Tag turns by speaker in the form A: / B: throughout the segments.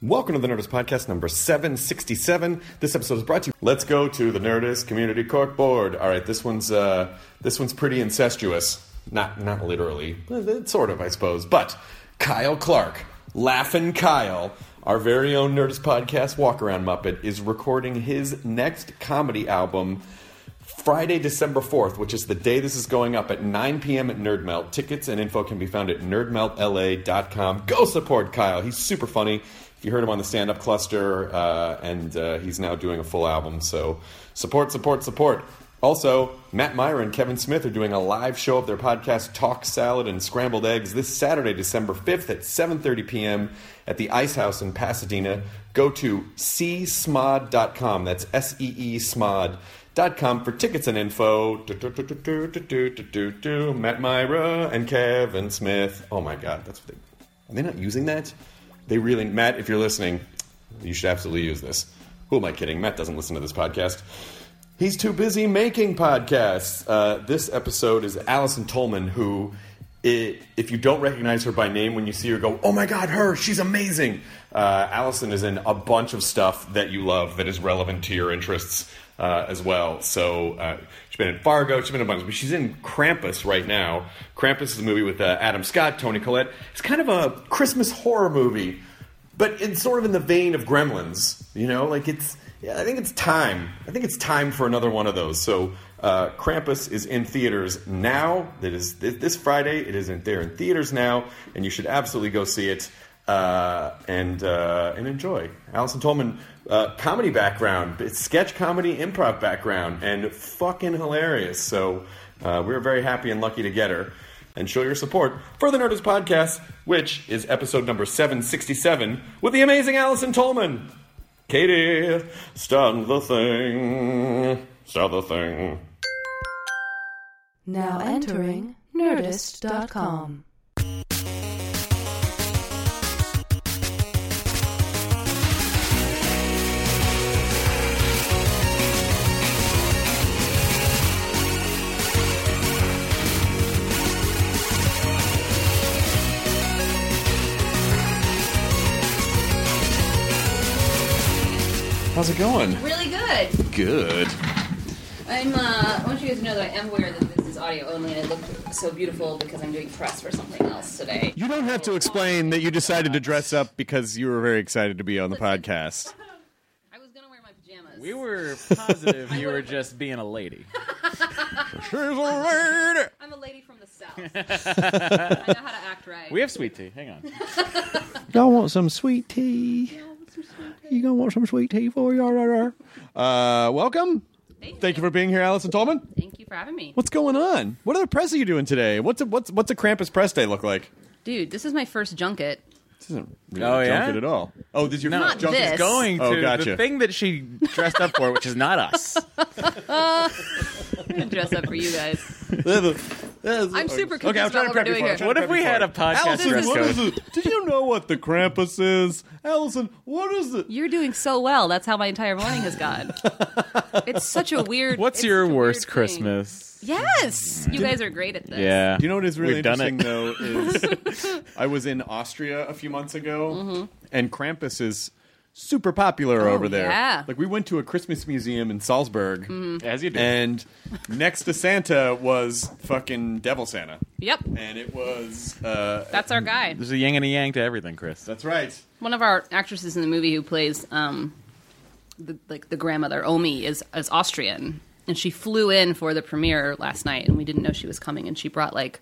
A: Welcome to the Nerdist Podcast number 767. This episode is brought to you. Let's go to the Nerdist Community Cork Board. All right, this one's uh, this one's pretty incestuous. Not not literally, but it- sort of, I suppose. But Kyle Clark, Laughing Kyle, our very own Nerdist Podcast walk-around Muppet, is recording his next comedy album Friday, December 4th, which is the day this is going up at 9 p.m. at Nerd Melt. Tickets and info can be found at nerdmeltla.com. Go support Kyle. He's super funny. If you heard him on the stand up cluster, uh, and uh, he's now doing a full album. So support, support, support. Also, Matt Meyer and Kevin Smith are doing a live show of their podcast Talk Salad and Scrambled Eggs this Saturday, December 5th at 7:30 p.m. at the Ice House in Pasadena. Go to csmod.com. That's S E E smod.com for tickets and info. Du-du-du-du-du-du-du-du-du. Matt Myra and Kevin Smith. Oh my god, that's what they Are they not using that? They really Matt, if you're listening, you should absolutely use this. Who am I kidding? Matt doesn't listen to this podcast. He's too busy making podcasts. Uh, this episode is Allison Tolman, who, i if you don't recognize her by name when you see her, go, oh my God, her, she's amazing. Uh, Allison is in a bunch of stuff that you love that is relevant to your interests uh, as well. So uh, she's been in Fargo, she's been in a bunch, but she's in Krampus right now. Krampus is a movie with uh, Adam Scott, Tony Collette. It's kind of a Christmas horror movie but it's sort of in the vein of Gremlins, you know. Like it's, yeah, I think it's time. I think it's time for another one of those. So, uh, Krampus is in theaters now. That is thi- this Friday. It is in there in theaters now, and you should absolutely go see it uh, and uh, and enjoy. Allison Tolman, uh, comedy background, it's sketch comedy, improv background, and fucking hilarious. So, uh, we were very happy and lucky to get her and show your support for the Nerdist Podcast, which is episode number 767 with the amazing Allison Tolman. Katie, start the thing. Start the thing.
B: Now entering Nerdist.com.
A: How's it going?
C: Really good.
A: Good.
C: I'm. Uh, I want you guys to know that I am aware that this is audio only, and it looked so beautiful because I'm doing press for something else today.
A: You don't have to explain that you decided to dress up because you were very excited to be on the podcast.
C: I was gonna wear my pajamas.
D: We were positive you were just being a lady.
C: I'm a lady from the south. I know how to act right.
D: We have sweet tea. Hang on.
E: Y'all want some sweet tea? You gonna want some sweet tea for you?
A: Uh, welcome.
C: Thank you.
A: Thank you for being here, Allison Tolman.
C: Thank you for having me,
A: What's going on? What other press are you doing today? What's a, what's what's a Krampus press day look like?
C: dude. This is my first junket.
A: This isn't really
D: Oh, yeah?
A: junket at all. Oh, this is your
D: No,
C: Not
A: junket?
C: this.
D: Going to
A: Oh, gotcha.
D: the thing that she dressed up for, which is not us.
C: I'm gonna dress up for you guys. I'm
A: I'm
C: super confused about what we're doing here.
D: What if we had a podcast dress code?
A: it? Did you know what the Krampus is? Allison, what is it?
C: You're doing so well. That's how my entire morning has gone. It's such a weird.
D: What's
C: it's
D: your
C: such a weird
D: worst
C: thing.
D: Christmas?
C: Yes, you guys are great at this.
D: Yeah.
A: Do you know what is really
D: We've done
A: interesting,
D: it.
A: though? Is I was in Austria a few months ago,
C: Mm-hmm.
A: and Krampus is super popular over there.
C: Oh, yeah. Mm-hmm.
A: Like, we went to a Christmas museum in Salzburg,
D: As you do.
A: and next to Santa was fucking Devil Santa.
C: Yep.
A: And it was. Uh,
C: That's our guy.
D: There's a yang and a yang to everything, Chris.
A: that's right.
C: One of our actresses in the movie who plays um, the, like the grandmother Omi is is Austrian, and she flew in for the premiere last night, and we didn't know she was coming, and she brought like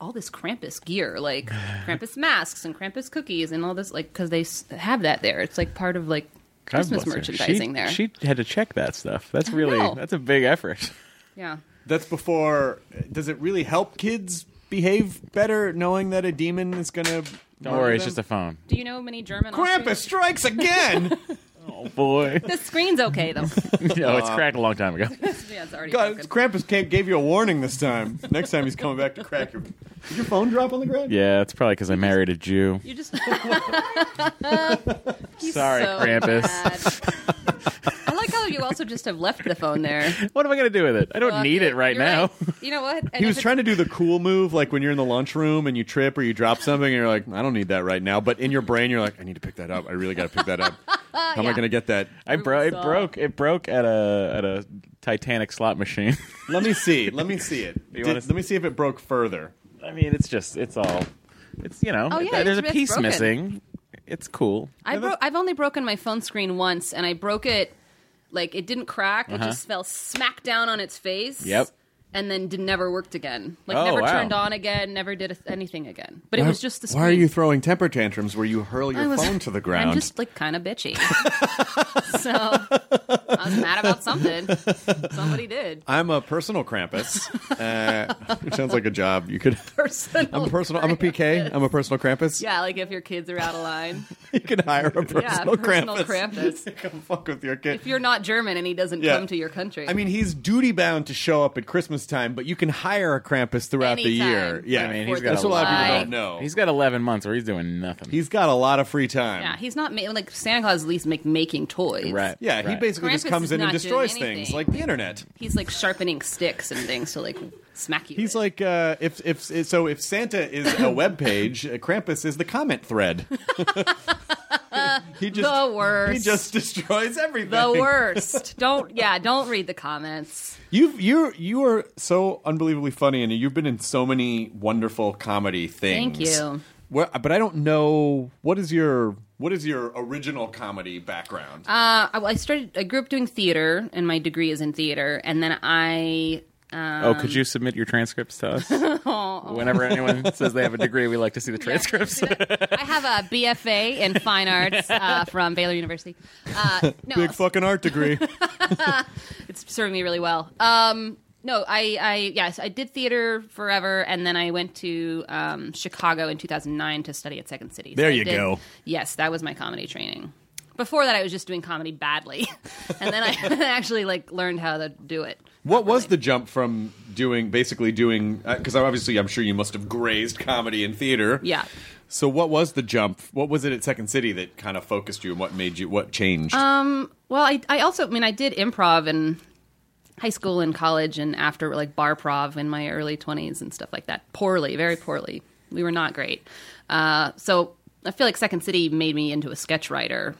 C: all this Krampus gear, like Krampus masks and Krampus cookies, and all this like because they s- have that there. It's like part of like
D: God
C: Christmas
D: bless her.
C: merchandising
D: she,
C: there.
D: She had to check that stuff. That's really
C: know.
D: that's a big effort.
C: yeah.
A: That's before. Does it really help kids behave better knowing that a demon is going to.
D: Don't worry, it's just a phone.
C: Do you know many German?
A: Krampus
C: Austrians-
A: strikes again.
D: Oh boy.
C: The screen's okay though.
D: no, oh,
C: Uh,
D: it's cracked a long time ago.
C: yeah, it's already
A: God,
C: broken.
A: Krampus can't, gave you a warning this time. Next time he's coming back to crack your. Did your phone drop on the ground?
D: Yeah, it's probably because I married a Jew.
C: You just
D: Sorry, Krampus.
C: mad. I like how you also just have left the phone there.
D: What am I going to do with it? I don't
C: Fuck
D: need it right
C: You're
D: now.
C: You know what? And
A: He
C: if
A: was
C: it's-
A: trying to do the cool move, like when you're in the lunchroom and you trip or you drop something, and you're like, I don't need that right now. But in your brain, you're like, I need to pick that up. I really got to pick that up. How am I going to get that?
D: I bro- it
C: saw.
D: broke. It broke at a at a Titanic slot machine.
A: Let me see. Let me see it.
D: You
A: Did-
D: wanna see-
A: let me see if it broke further.
D: I mean, it's just it's all. It's you know.
C: Oh, yeah,
D: there's a
C: it's- it's
D: piece
C: broken.
D: missing. It's cool.
C: I bro- I've only broken my phone screen once, and I broke it like it didn't crack. It just fell smack down on its face.
D: Uh-huh. Yep.
C: And then did, never worked again. Like
D: Oh,
C: never
D: wow.
C: turned on again. Never did a- anything again. But it was just the. Screen.
A: Why are you throwing temper tantrums where you hurl
C: I
A: your
C: was-
A: phone to the ground?
C: I'm just like kind of bitchy. so I was mad about something. Somebody did.
A: I'm a personal Krampus. uh, it sounds like a job. You could.
C: Personal.
A: I'm a personal. I'm a PK. I'm a personal Krampus.
C: Yeah, like if your kids are out of line.
A: You could hire a personal
C: yeah, personal
A: Krampus.
C: Krampus.
A: Come fuck with your kid.
C: If you're not German and he doesn't
A: Yeah.
C: come to your country,
A: I mean, he's duty bound to show up at Christmas time, but you can hire a Krampus throughout the
C: Anytime.
A: year. Yeah,
D: I mean, he's
C: Fourth
D: got
A: that's
C: of
A: a lot of people
C: July.
A: don't know.
D: He's got 11 months where he's doing nothing.
A: he's got a lot of free time.
C: yeah, he's not ma- like Santa Claus. At least make making toys.
D: right.
A: Yeah, he
D: right.
A: basically just
C: Krampus
A: comes
C: is
A: in and
C: not doing
A: destroys
C: anything.
A: things like the internet.
C: He's like sharpening sticks and things to like smack you.
A: He's
C: with.
A: like, uh, if if so, if Santa is a web page, uh, Krampus is the comment thread. he just
C: the worst.
A: he just destroys everything.
C: the worst. Don't yeah. Don't read the comments.
A: You've you you are so unbelievably funny, and you've been in so many wonderful comedy things.
C: Thank you.
A: Well, but I don't know what is your what is your original comedy background.
C: Uh, I, I started. I grew up doing theater, and my degree is in theater. And then I
D: oh, could you submit your transcripts to us? Whenever anyone says they have a degree, we like to see the transcripts.
C: I have a BFA in fine arts uh, from Baylor University. Uh, no,
A: Big fucking art degree.
C: it's serving me really well. Um, no, I, I yes, I did theater forever, and then I went to um, Chicago in 2009 to study at Second City. So
A: There
C: I
A: you
C: did-
A: go.
C: Yes, that was my comedy training. Before that, I was just doing comedy badly, and then I actually like learned how to do it.
A: what was the jump from doing basically doing because obviously I'm sure you must have grazed comedy in theater.
C: Yeah.
A: So what was the jump? What was it at Second City that kind of focused you, and what made you? What changed?
C: Um, Well, I, I also, I mean, I did improv in high school and college and after like bar prov in my early 20s and stuff like that. Poorly, very poorly. We were not great. Uh, so I feel like Second City made me into a sketch writer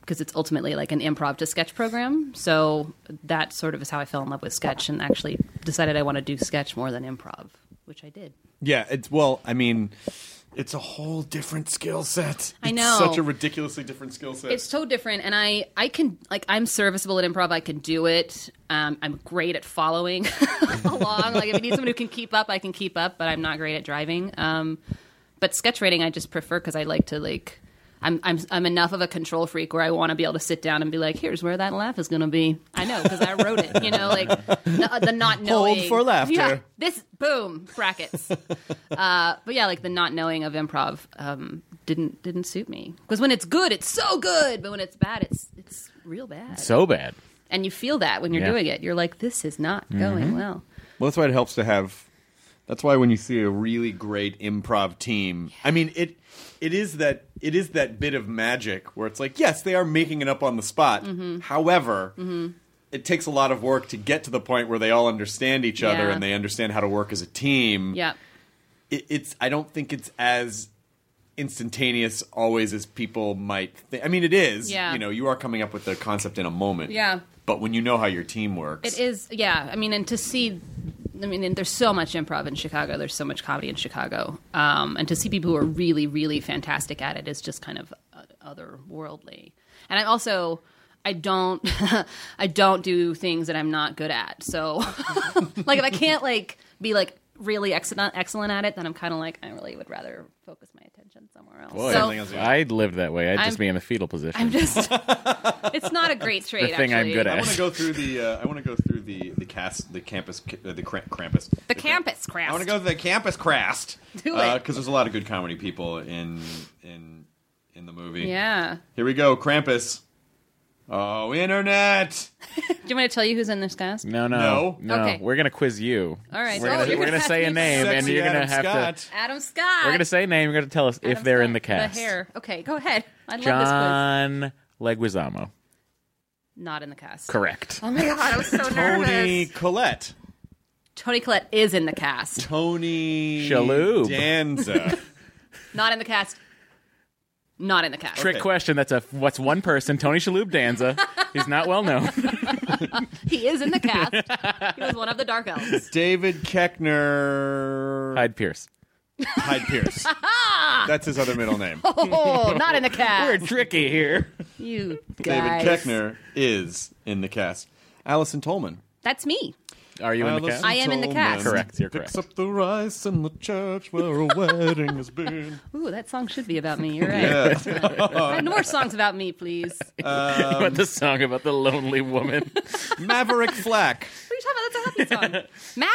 C: because it's ultimately like an improv to sketch program. So that sort of is how I fell in love with sketch and actually decided I want to do sketch more than improv, which I did.
A: yeah, it's well, I mean. It's a whole different skill set.
C: I
A: It's
C: know.
A: such a ridiculously different skill set.
C: It's so different, and I I can like I'm serviceable at improv. I can do it. Um, I'm great at following along. Like if you need someone who can keep up, I can keep up, but I'm not great at driving. Um, but sketch writing, I just prefer because I like to like. I'm, I'm, I'm enough of a control freak where I want to be able to sit down and be like, here's where that laugh is going to be. I know because I wrote it. You know, like the, the not knowing
A: for laughter.
C: Yeah, this boom brackets. but yeah, like the not knowing of improv um, didn't didn't suit me because when it's good, it's so good, but when it's bad, it's it's real bad.
D: so bad.
C: and you feel that when you're
D: Yeah. Mm-hmm.
C: doing it, you're like, this is not going well.
A: Well, that's why it helps to have. That's why when you see a really great improv team, I mean it. It is that it is that bit of magic where it's like, yes, they are making it up on the spot.
C: Mm-hmm.
A: However, it takes a lot of work to get to the point where they all understand each other
C: Yeah.
A: and they understand how to work as a team.
C: Yeah,
A: It, it's. I don't think it's as instantaneous always as people might think. I mean, it is.
C: Yeah.
A: You know, you are coming up with the concept in a moment.
C: Yeah.
A: But when you know how your team works,
C: it is. Yeah, I mean, and to see. I mean, and there's so much improv in Chicago. There's so much comedy in Chicago, um, and to see people who are really, really fantastic at it is just kind of uh, otherworldly. And I also, I don't, I don't do things that I'm not good at. So like if I can't like be like really excellent excellent at it, then I'm kind of like I really would rather focus my attention somewhere else.
A: Boy,
C: so
A: everything else-
D: I lived that way. I'd
C: I'm-
D: just be in the fetal position.
C: I'm just it's not a great trait.
D: thing I'm
C: actually.
D: good
A: I
D: at.
A: want to go through the. Uh, I want to go through the the cast, the campus, uh, the cramp, Krampus.
C: The campus craft.
A: I want to go through the campus crast.
C: Do it.
A: because there's a lot of good comedy people in in in the movie.
C: Yeah.
A: Here we go, Krampus. Oh, internet.
C: Do you want me to tell you who's in this cast?
D: no, no,
A: No?
D: no.
C: Okay.
D: We're gonna quiz you.
C: All right.
D: We're
C: Oh,
D: gonna,
C: you're
D: we're
C: gonna
D: gonna say
C: ask
D: a
C: me
D: name, and
A: Sexy
D: you're gonna
A: Adam
D: have to.
A: Scott.
C: Adam Scott.
D: We're gonna say a name. You're gonna tell us if
C: Adam
D: they're
C: Scott.
D: in the cast.
C: The hair. Okay, go ahead. I love this
D: John Leguizamo.
C: quiz. not in the cast.
D: Correct.
C: Oh my god, I was so
A: Tony
C: nervous.
A: Collette.
C: Tony Collette is in the cast,
A: Tony
D: Shalhoub.
A: Danza.
C: not in the cast, not in the cast.
D: Trick question. That's a what's one person? Tony Shalhoub Danza. He's not well known.
C: He is in the cast. he was one of the Dark Elves.
A: David Keckner.
D: Hyde Pierce.
A: Hyde Pierce. That's his other middle name.
C: Oh, not in the cast.
D: tricky here.
C: You
A: David
C: guys.
A: Keckner is in the cast. Allison Tolman.
C: That's me.
D: Are you in the
A: Allison
D: cast?
C: I am in the
A: Tolman
C: cast.
D: Correct, you're
A: Picks
D: correct.
A: up the rice in the church where a wedding has been.
C: Ooh, that song should be about me. You're right. And more songs about me, please. What
D: but the song about the lonely woman.
A: Maverick Flack.
C: are you talking about? That's a happy song.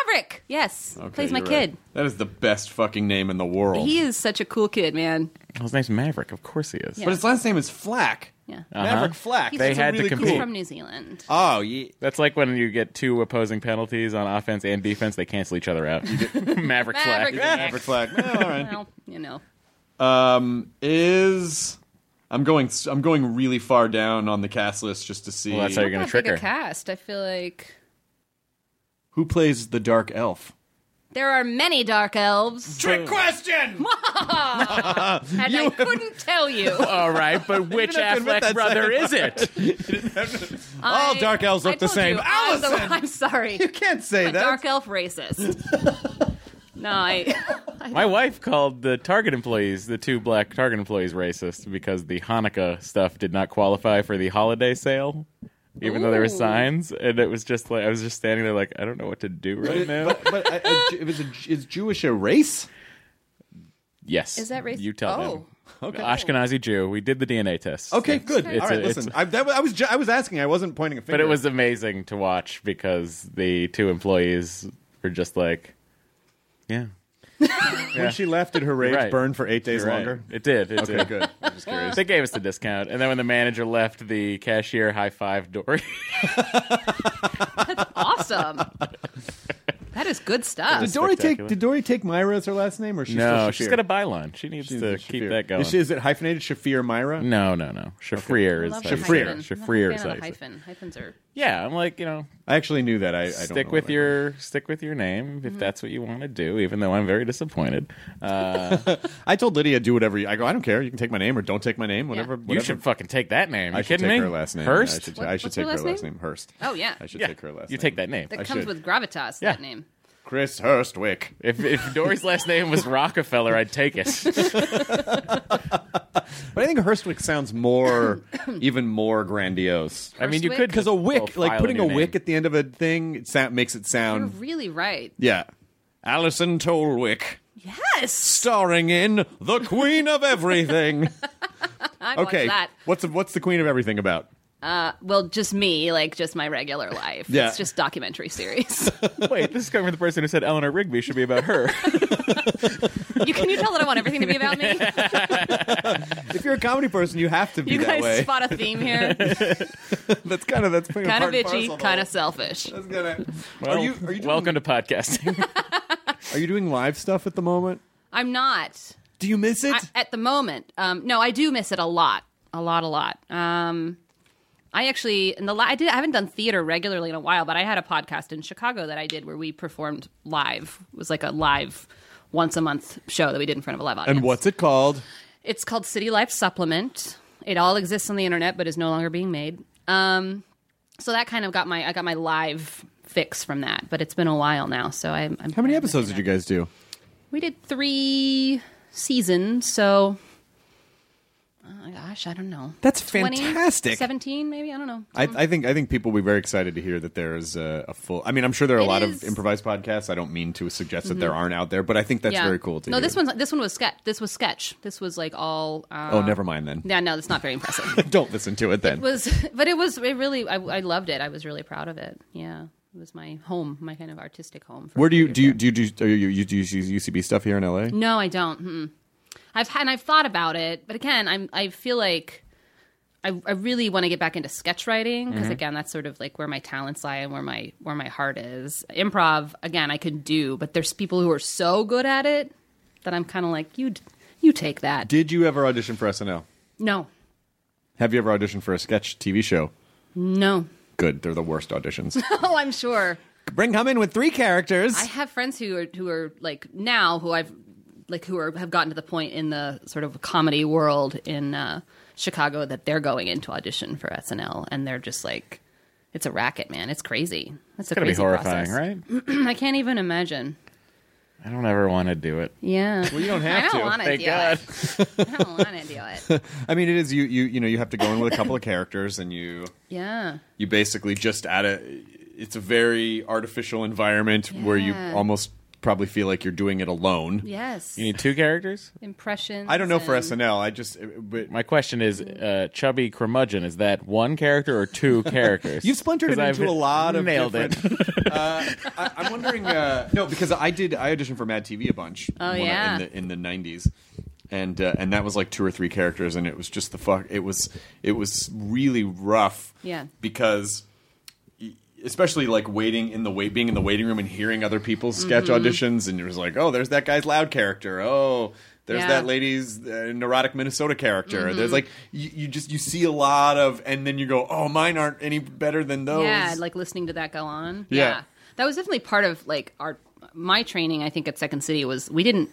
C: Maverick. Yes,
A: Okay,
C: plays my
A: you're right.
C: kid.
A: That is the best fucking name in the world.
C: He is such a cool kid, man.
D: His name's Maverick. Of course he is.
C: Yeah.
A: but his last name is Flack.
C: Yeah.
A: Maverick Flack.
C: He's
D: Uh-huh. They
A: That's a
D: had to
A: really
D: compete.
A: Uh, cool-
C: From New Zealand.
A: Oh, yeah.
D: That's like when you get two opposing penalties on offense and defense, they cancel each other out. You get Maverick flag.
C: Maverick flag.
A: Maverick Flack. Oh, all right.
C: Well, you know.
A: Um, is I'm going I'm going really far down on the cast list just to see
D: Well, that's how you're going
C: Not
D: to trick
C: big
D: her.
C: a cast. I feel like
A: who plays the dark elf.
C: there are many dark elves,
A: Trick question.
C: and I couldn't tell you.
D: All right, but which
A: have to admit
D: Affleck
A: that
D: brother is it?
A: All
C: I-
A: dark elves
C: I
A: look the
C: told
A: same.
C: You, I'm, the-
A: Allison!
C: I'm sorry.
A: You can't say
C: A
A: that.
C: dark elf racist. no, I.
D: My wife called the Target employees, the two black Target employees, racist because the Hanukkah stuff did not qualify for the holiday sale, even though there were
C: Ooh.
D: signs. And it was just like I was just standing there, like I don't know what to do right now.
A: but but I, I, it was a, is Jewish a race?
D: Yes,
C: Is that racist?
D: You tell
C: oh.
D: them. Ashkenazi Jew. We did the DNA test.
A: Okay, good.
D: it's
A: All right,
D: a-
A: listen.
D: it's-
A: I, that, was- I was ju- I was asking. I wasn't pointing a finger.
D: But it was amazing to watch because the two employees were just like, yeah,
A: when she left. Did her rage
D: Right.
A: burn for eight days
D: You're right.
A: longer?
D: It did. It
A: Okay,
D: did.
A: good. I'm just curious.
D: They gave us the discount, and then when the manager left, the cashier high five Dory.
C: Awesome. that is good stuff.
A: Did Dory take
D: spectacular.
A: Did Dory take Myra as her last name, or she's still
D: no, she's
A: Shafir?
D: got a byline. She needs
A: She's
D: to
A: a
D: keep
A: Shafir.
D: that going. Mm.
A: Is, she- is it hyphenated Shafir Myra?
D: no, no, no. Shafrir is
C: Love
D: how
C: the
D: you
A: Shafrir.
D: say it.
C: hyphen.
D: Shafrir
C: I'm
D: is
C: not a fan of
D: how you say it.
C: hyphen. Hyphens are.
D: Yeah, I'm like you know,
A: I actually knew that. I, I don't
D: stick
A: know
D: with
A: what I-
D: your stick with your name
A: Mm-hmm.
D: if that's what you want to do. Even though I'm very disappointed. Uh,
A: I told Lydia do whatever. You, I go. I don't care. You can take my name or don't take my name. Whatever.
D: you
A: whatever.
D: should fucking take that name. You
A: I should
D: kidding
A: take
D: me?
A: her last name. I
D: Hurst.
A: should,
C: What-
A: I should
C: what's
A: take
C: her
A: her
C: last
A: last
C: name?
A: name. Hurst.
C: Oh yeah.
A: I should
D: Yeah,
A: take her last.
D: You
A: name.
D: take that name.
C: That
A: I
C: comes
A: should.
C: with gravitas. That
D: Yeah.
C: name.
A: Chris Hurstwick.
D: If if Dory's last name was Rockefeller, I'd take it.
A: But I think Hurstwick sounds more, even more grandiose.
D: I mean, you could
A: Because a wick,
D: Well,
A: like
D: file
A: putting
D: in
A: a
D: your
A: wick
D: name.
A: at the end of a thing, it sound, makes it
C: You're
A: sound.
C: really right.
A: Yeah. Alison Tolwick,
C: Yes.
A: starring in The Queen of Everything.
C: I
A: okay.
C: watched that.
A: What's, what's The Queen of Everything about?
C: Well, just me, like just my regular life.
A: Yeah.
C: It's just documentary series.
D: Wait, this is coming from the person who said Eleanor Rigby should be about her.
C: you can you tell that I want everything to be about me?
A: If you're a comedy person, you have to be
C: You
A: that
C: guys
A: way.
C: spot a theme here.
A: that's kind of that's
C: kind of bitchy, kind of selfish.
A: That's gonna.
D: Well,
A: are you are you doing,
D: welcome to podcasting.
A: Are you doing live stuff at the moment?
C: I'm not
A: Do you miss it?
C: I, at the moment. Um, no, I do miss it a lot, a lot, a lot. Um, I actually in the la- I did I haven't done theater regularly in a while, but I had a podcast in Chicago that I did where we performed live. It was like a live once a month show that we did in front of a live audience.
A: and what's it called?
C: It's called City Life Supplement. It all exists on the internet, but is no longer being made. Um, so that kind of got my I got my live fix from that, but it's been a while now. So I'm, I'm
A: How many episodes did you guys do?
C: We did three seasons, so oh my gosh, I don't know.
A: That's
C: 20,
A: fantastic.
C: 17 maybe, I don't know.
A: I, I think I think people will be very excited to hear that there is a, a full. I mean, I'm sure there are a
C: It
A: lot
C: is- Mm-hmm.
A: of improvised podcasts. I don't mean to suggest that there aren't out there, but I think that's very cool to
C: No,
A: hear.
C: this one's this one was sketch. This was sketch. This was like all um,
A: Oh, never mind then.
C: Yeah, no, that's not very impressive.
A: Don't listen to it then.
C: Mm. It was but it was it really I, I loved it i was really proud of it yeah it was my home my kind of artistic home for
A: Where do you
C: years
A: do you
C: there.
A: do you do are you, you do you use UCB stuff here in LA?
C: no i don't mm i've had and i've thought about it but again i'm i feel like I, I really want to get back into sketch writing
A: Mm-hmm.
C: because again that's sort of like where my talents lie and where my where my heart is improv again i can do but there's people who are so good at it that i'm kind of like you you take that
A: Did you ever audition for SNL?
C: no
A: Have you ever auditioned for a sketch TV show?
C: No.
A: Good. They're the worst auditions.
C: Oh, I'm sure.
A: Bring come in with three characters.
C: I have friends who are who are like now who I've like who are have gotten to the point in the sort of comedy world in uh, Chicago that they're going into audition for SNL and they're just like, it's a racket, man. It's crazy. That's a
D: Gotta be
C: crazy
D: horrifying,
C: process.
D: right?
C: I can't even imagine.
D: I don't ever want to do it.
C: Yeah.
A: you don't
C: I
A: have
C: don't
A: to.
C: want to
D: Thank
C: do
D: God.
C: it. I don't want to do it.
A: I mean, it is you. You you know you have to go in with a couple of characters, and you
C: Yeah.
A: you basically just add a. It's a very artificial environment where you
C: Yeah.
A: almost probably feel like you're doing it alone.
C: Yes.
D: You need two characters.
C: Impressions.
A: I don't know for
C: and-
A: SNL. I just but
D: My question is,
A: Mm.
D: uh, chubby curmudgeon, is that one character or two characters?
A: You've splintered it
D: 'Cause
A: into a lot of
D: nailed
A: different- I, I'm wondering. Uh, no, because I did. I auditioned for Mad TV a bunch.
C: Oh,
A: when I-
C: yeah.
A: in the in the '90s, and uh, and that was like two or three characters, and it was just the fuck. It was it was really rough.
C: Yeah.
A: Because, y- especially like waiting in the wait, being in the waiting room and hearing other people's sketch
C: Mm-hmm.
A: auditions, and it was like, oh, there's that guy's loud character. Oh. There's
C: Yeah. Mm-hmm.
A: that lady's uh, neurotic Minnesota character. There's like you, you just you see a lot of, and then you go, oh, mine aren't any better than those.
C: Yeah, like listening to that go on.
A: Yeah.
C: That was definitely part of like our my training I think at Second City was we didn't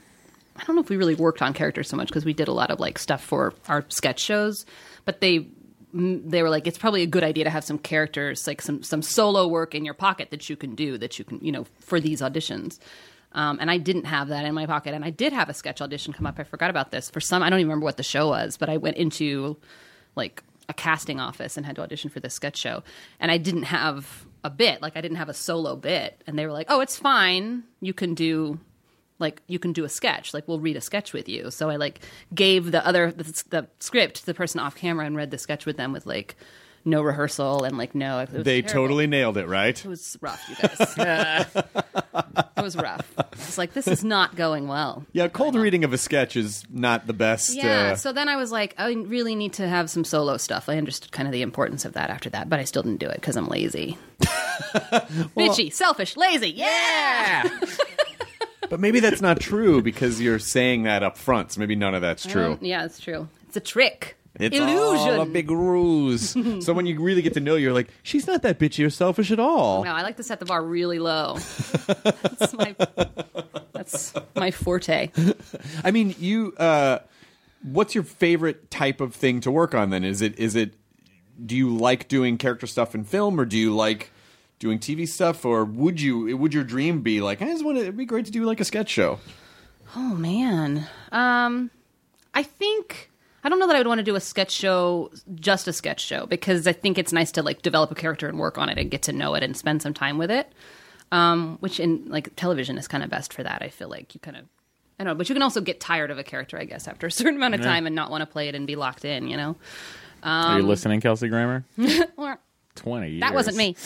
C: I don't know if we really worked on characters so much because we did a lot of like stuff for our sketch shows, but they m- they were like it's probably a good idea to have some characters like some some solo work in your pocket that you can do that you can you know for these auditions. Um, and I didn't have that in my pocket, and I did have a sketch audition come up. I forgot about this for some. I don't even remember what the show was, but I went into like a casting office and had to audition for this sketch show and i didn't have a bit like i didn't have a solo bit and they were like oh it's fine you can do like you can do a sketch like we'll read a sketch with you so i like gave the other the, the script to the person off camera and read the sketch with them with like no rehearsal and like no it was
A: They
C: terrible.
A: totally nailed it, right?
C: it was rough you guys it was rough i was like this is not going well
A: Yeah, cold reading of a sketch is not the best.
C: Yeah.
A: uh,
C: so then I was like, I really need to have some solo stuff. I understood kind of the importance of that after that, but I still didn't do it because I'm lazy. Bitchy, selfish, lazy. Yeah.
A: but maybe that's not true because you're saying that up front. So maybe none of that's true.
C: Yeah, it's true. It's a trick.
A: It's
C: Illusion.
A: all a big ruse. so when you really get to know, you're like, she's not that bitchy or selfish at all.
C: No, I like to set the bar really low. that's my that's my forte.
A: I mean, you. Uh, what's your favorite type of thing to work on? Then is it is it? Do you like doing character stuff in film, or do you like doing TV stuff, or would you? Would your dream be like? I just want to. It'd be great to do like a sketch show.
C: Oh man. Um I think I don't know that I would want to do a sketch show, just a sketch show, because I think it's nice to like develop a character and work on it and get to know it and spend some time with it. Um, which in like television is kind of best for that. I feel like you kind of, I don't know, but you can also get tired of a character, I guess, after a certain amount of time and not want to play it and be locked in, you know.
D: Are
A: Um,
D: you listening, Kelsey Grammer?
A: Hmm?
C: Or
D: Twenty. Years.
C: that wasn't me.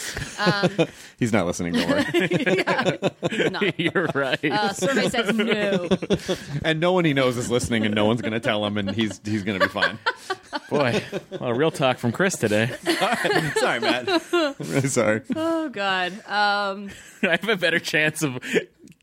A: He's not listening. Don't worry.
C: No.
D: You're right.
C: Uh, survey says no.
A: and no one he knows is listening, and no one's going to tell him, and he's he's going to be fine.
D: Boy, well, real talk from Chris today.
A: sorry, Matt. I'm really sorry.
C: Oh God. Um,
D: I have a better chance of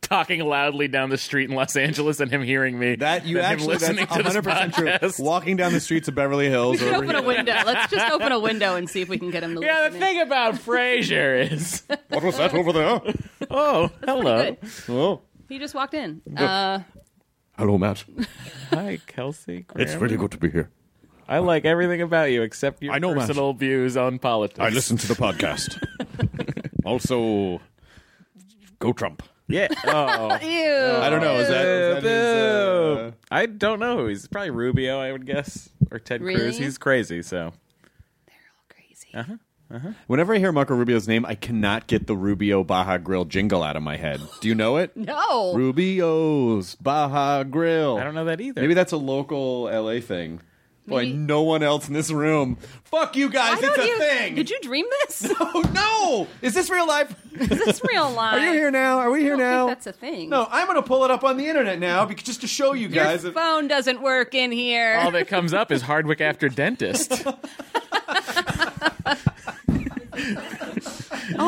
D: talking loudly down the street in Los Angeles and him hearing me
A: That you
D: than him
A: actually
D: listening
A: that's
D: to this
A: 100%
D: podcast.
A: true. Walking down the streets of Beverly Hills,
C: we
A: or
C: can open a window. Let's just open a window and see if we can get him to.
D: Yeah,
C: listen
D: the
C: in.
D: thing about Frasier is,
A: what was that over there?
D: oh, hello,
C: Good.
A: Oh,
C: He just walked in. Uh,
A: hello, Matt.
D: hi, Kelsey. Grammer.
A: good to be here.
D: I like everything about you except your
A: I know, Matt.
D: personal views on politics.
A: to the podcast. also, go Trump.
D: Yeah. Oh.
C: ew.
A: I don't know. Is that, is that his, uh,
D: I don't know. who He's probably Rubio, I would guess, or Ted
C: Really?
D: Cruz. He's crazy. So
C: Crazy.
A: Uh-huh. whenever I hear Marco Rubio's name, I cannot get the Rubio Baja Grill jingle out of my head. Do you know it?
C: No.
A: Rubio's Baja Grill.
D: I don't know that either.
A: Maybe that's a local LA thing. Boy,
C: Maybe-
A: no one else in this room. Fuck you guys,
C: Why
A: it's a
C: don't you-
A: thing.
C: Did you dream this?
A: Oh no! Is this real life?
C: Is this real life?
A: Are you here now? Are we
C: I
A: here
C: don't
A: now?
C: think that's a thing.
A: no, I'm gonna pull it up on the internet now because just to show you
C: Your
A: guys.
C: phone doesn't work in here.
D: all that comes up is Hardwick after dentist.
C: oh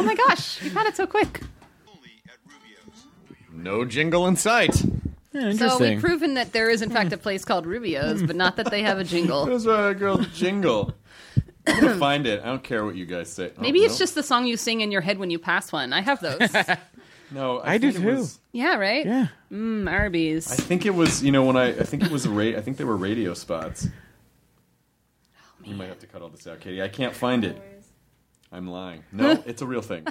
C: my gosh, you got it so quick.
A: no jingle in sight.
C: So we've proven that there is in fact a place called Rubio's, but not that they have a jingle.
A: There's a girl jingle. I'm gonna find it. I don't care what you guys say. Oh,
C: Maybe it's
A: no.
C: just the song you sing in your head when you pass one. I have those.
A: no.
D: I do
A: think it
D: too.
A: was-
C: yeah, right?
D: Yeah.
C: Mm,
A: I
C: Arby's.
A: think it was. You know, when I I think it was a ra- I think they were radio spots. You might have to cut all this out, Katie. I can't find it. I'm lying. No, it's a real thing.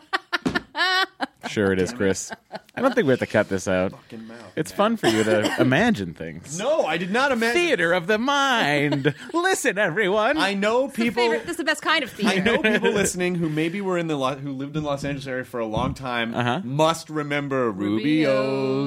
D: Sure it is, Chris. I don't think we have to cut this out.
A: Fucking mouth.
D: It's fun for you to imagine things.
A: No, I did not imagine.
D: Theater of the mind. Listen, everyone.
A: I know
C: It's the
A: people.
C: favorite- this is the best kind of
A: I
C: theater.
A: know people listening who maybe were in the Lo- who lived in the Los Angeles area for a long time must remember Rubio's,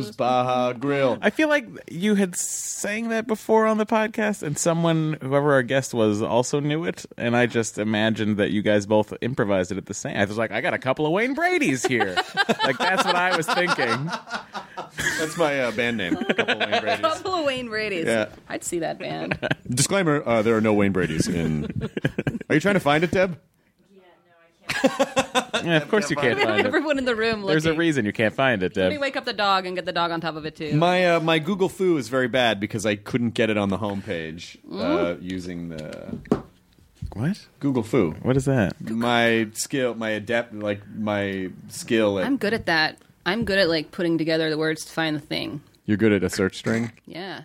C: Rubio's.
A: Baja Grill.
D: I feel like you had sang that before on the podcast, and someone, whoever our guest was, also knew it. And I just imagined that you guys both improvised it at the same. I was like, I got a couple of Wayne Brady's here. like that's what I was thinking.
A: That's my uh, band name. Couple Wayne Brady's.
C: Couple of Wayne Brady's.
A: Yeah.
C: I'd see that band.
A: Disclaimer: uh, There are no Wayne Brady's in. Are you trying to find it, Deb?
D: Yeah, of course you can't find it.
C: Everyone in the room looking.
D: There's a reason you can't find it,
C: Let me
D: Deb.
C: wake up the dog and get the dog on top of it, too.
A: My uh, my Google foo is very bad because I couldn't get it on the homepage uh,
C: Mm.
A: using the
D: What?
A: Google foo.
D: What is that?
A: My skill, my adept, like my skill. At,
C: I'm good at that. I'm good at like putting together the words to find the thing.
A: You're good at a search string.
C: Yeah.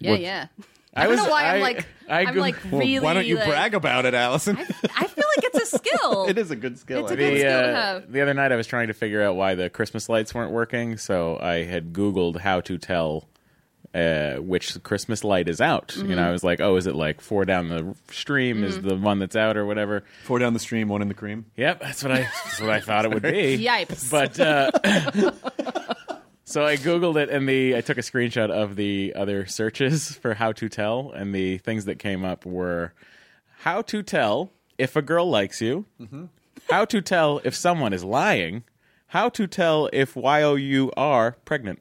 C: Yeah,
A: What-
C: yeah.
D: I
C: I, don't
D: was-
C: know why
D: I-
C: am like
D: I
C: I'm
D: go-
C: like
D: Well,
C: really
A: Why don't you
C: like-
A: brag about it, Allison?
C: I feel like it's a skill.
A: it is a good skill.
C: It's a
A: I
C: good
A: think.
D: the,
C: skill to
D: uh,
C: have.
D: the other night I was trying to figure out why the Christmas lights weren't working, so I had Googled how to tell uh, which Christmas light is out. You know, I was like, oh, is it like four down the stream is the one that's out or whatever?
A: Four down the stream, one in the cream.
D: Yep, that's what I that's what I thought it would be.
C: Yipes.
D: But uh, so I googled it, and the I took a screenshot of the other searches for how to tell, and the things that came up were how to tell if a girl likes you, how to tell if someone is lying, how to tell if y o u are pregnant.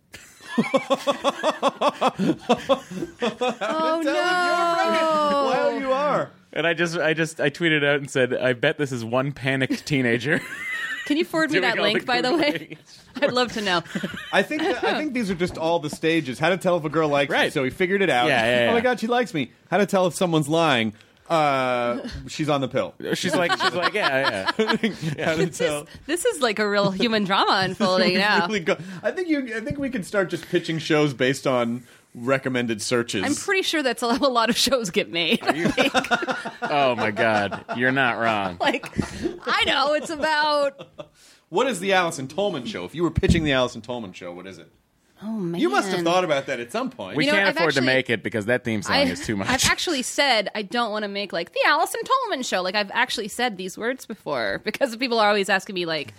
C: Oh no.
A: Well, you are.
D: And I just I just I tweeted out and said, I bet this is one panicked teenager.
C: Can you forward me
D: doing
C: that
D: all the
C: link by the way?
D: Googling.
C: I'd love to know.
A: I think that, I think these are just all the stages. How to tell if a girl likes you.
D: Right.
A: So he figured it out.
D: Yeah, yeah,
A: Oh my
D: yeah.
A: god, she likes me. How to tell if someone's lying. Uh, she's on the pill.
D: She's like she's like, yeah, yeah.
A: How to tell.
C: This is like a real human drama unfolding now.
A: Really go- I think you. I think we can start just pitching shows based on recommended searches.
C: I'm pretty sure that's how a lot of shows get made.
D: Oh my god. You're not wrong.
C: like I know it's about
A: what is the Allison Tolman show? If you were pitching the Allison Tolman show, what is it?
C: Oh man.
A: You must have thought about that at some point.
D: We
C: You know,
D: can't
C: I've
D: afford
C: actually-
D: to make it because that theme song
C: I,
D: is too much.
C: I've actually said I don't want to make like the Allison Tolman show. Like I've actually said these words before because people are always asking me like,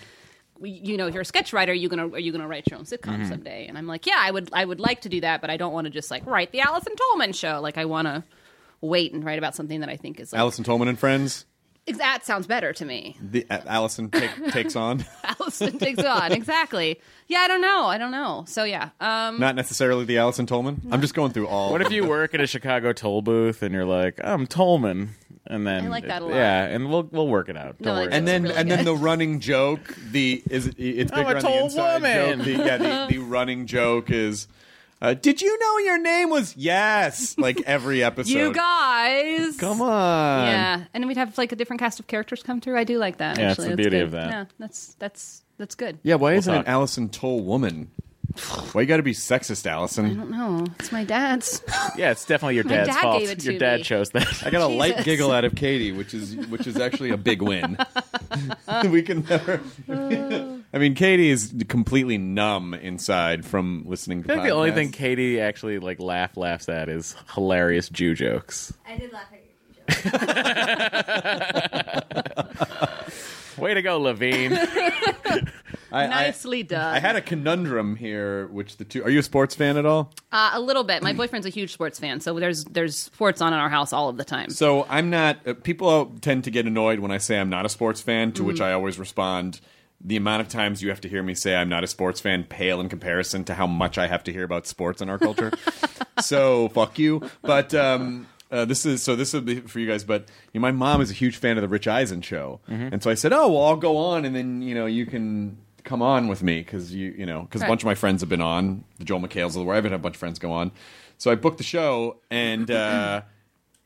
C: we- you know, if you're a sketch writer, are you gonna are you gonna write your own sitcom
D: Mm-hmm.
C: someday? And I'm like, yeah, I would I would like to do that, but I don't want to just like write the Allison Tolman show. Like I want to wait and write about something that I think is like,
A: Allison Tolman and friends.
C: ex- that sounds better to me.
D: Mm.
A: The uh, Allison take, takes on.
C: Allison takes it on exactly. Yeah, I don't know, I don't know. So yeah, um,
A: Not necessarily the Allison Tolman. I'm just going through all.
D: what if you work at a Chicago toll booth and you're like, I'm Tolman, and then
C: I like that a lot.
D: Yeah, and we'll we'll work it out.
C: No,
D: Don't
C: I
D: worry.
C: just-
A: and
D: about
A: then
C: really
A: and then
C: good.
A: the running joke the is it, it's
D: I'm
A: bigger on
D: a
A: the
D: tall
A: inside
D: woman.
A: joke the, yeah the, the running joke is uh, did you know your name was yes like every episode
C: you guys,
A: come
D: uh,
A: on
C: Yeah, and then we'd have like a different cast of characters come through. I do like that.
D: Yeah, it's
C: actually.
D: the
C: That's
D: beauty
C: good.
D: of that.
C: Yeah, that's that's that's good.
A: yeah why isn't
D: talk.
A: it Allison Toll woman why you got to be sexist Allison
C: No, Oh, it's my dad's.
D: it. yeah, it's definitely your
C: My
D: dad's
C: dad
D: fault.
C: gave it to
D: your dad
C: me.
D: chose that.
A: I got a light
C: Jesus.
A: giggle out of Katie which is which is actually a big win we can never I mean Katie is completely numb inside from listening to
D: I think the only thing
A: podcasts.
D: Katie actually like laugh laughs at is hilarious Jew jokes.
B: I did laugh at your joke.
D: Way to go, Levine.
A: I- I-
C: Nicely done.
A: I had a conundrum here, which the two. Are you a sports fan at all?
C: uh, a little bit. My boyfriend's a huge sports fan, so there's there's sports on in our house all of the time.
A: So I'm not. Uh, people tend to get annoyed when I say I'm not a sports fan, to which I always respond. The amount of times you have to hear me say I'm not a sports fan pale in comparison to how much I have to hear about sports in our culture. so fuck you. But um, uh, this is so this would be for you guys. But you know, my mom is a huge fan of the Rich Eisen show, and so I said, oh well, I'll go on, and then you know you can come on with me because you you know because a
C: Right.
A: bunch of my friends have been on the Joel McHale's of the world. I've had a bunch of friends go on, so I booked the show and. Uh,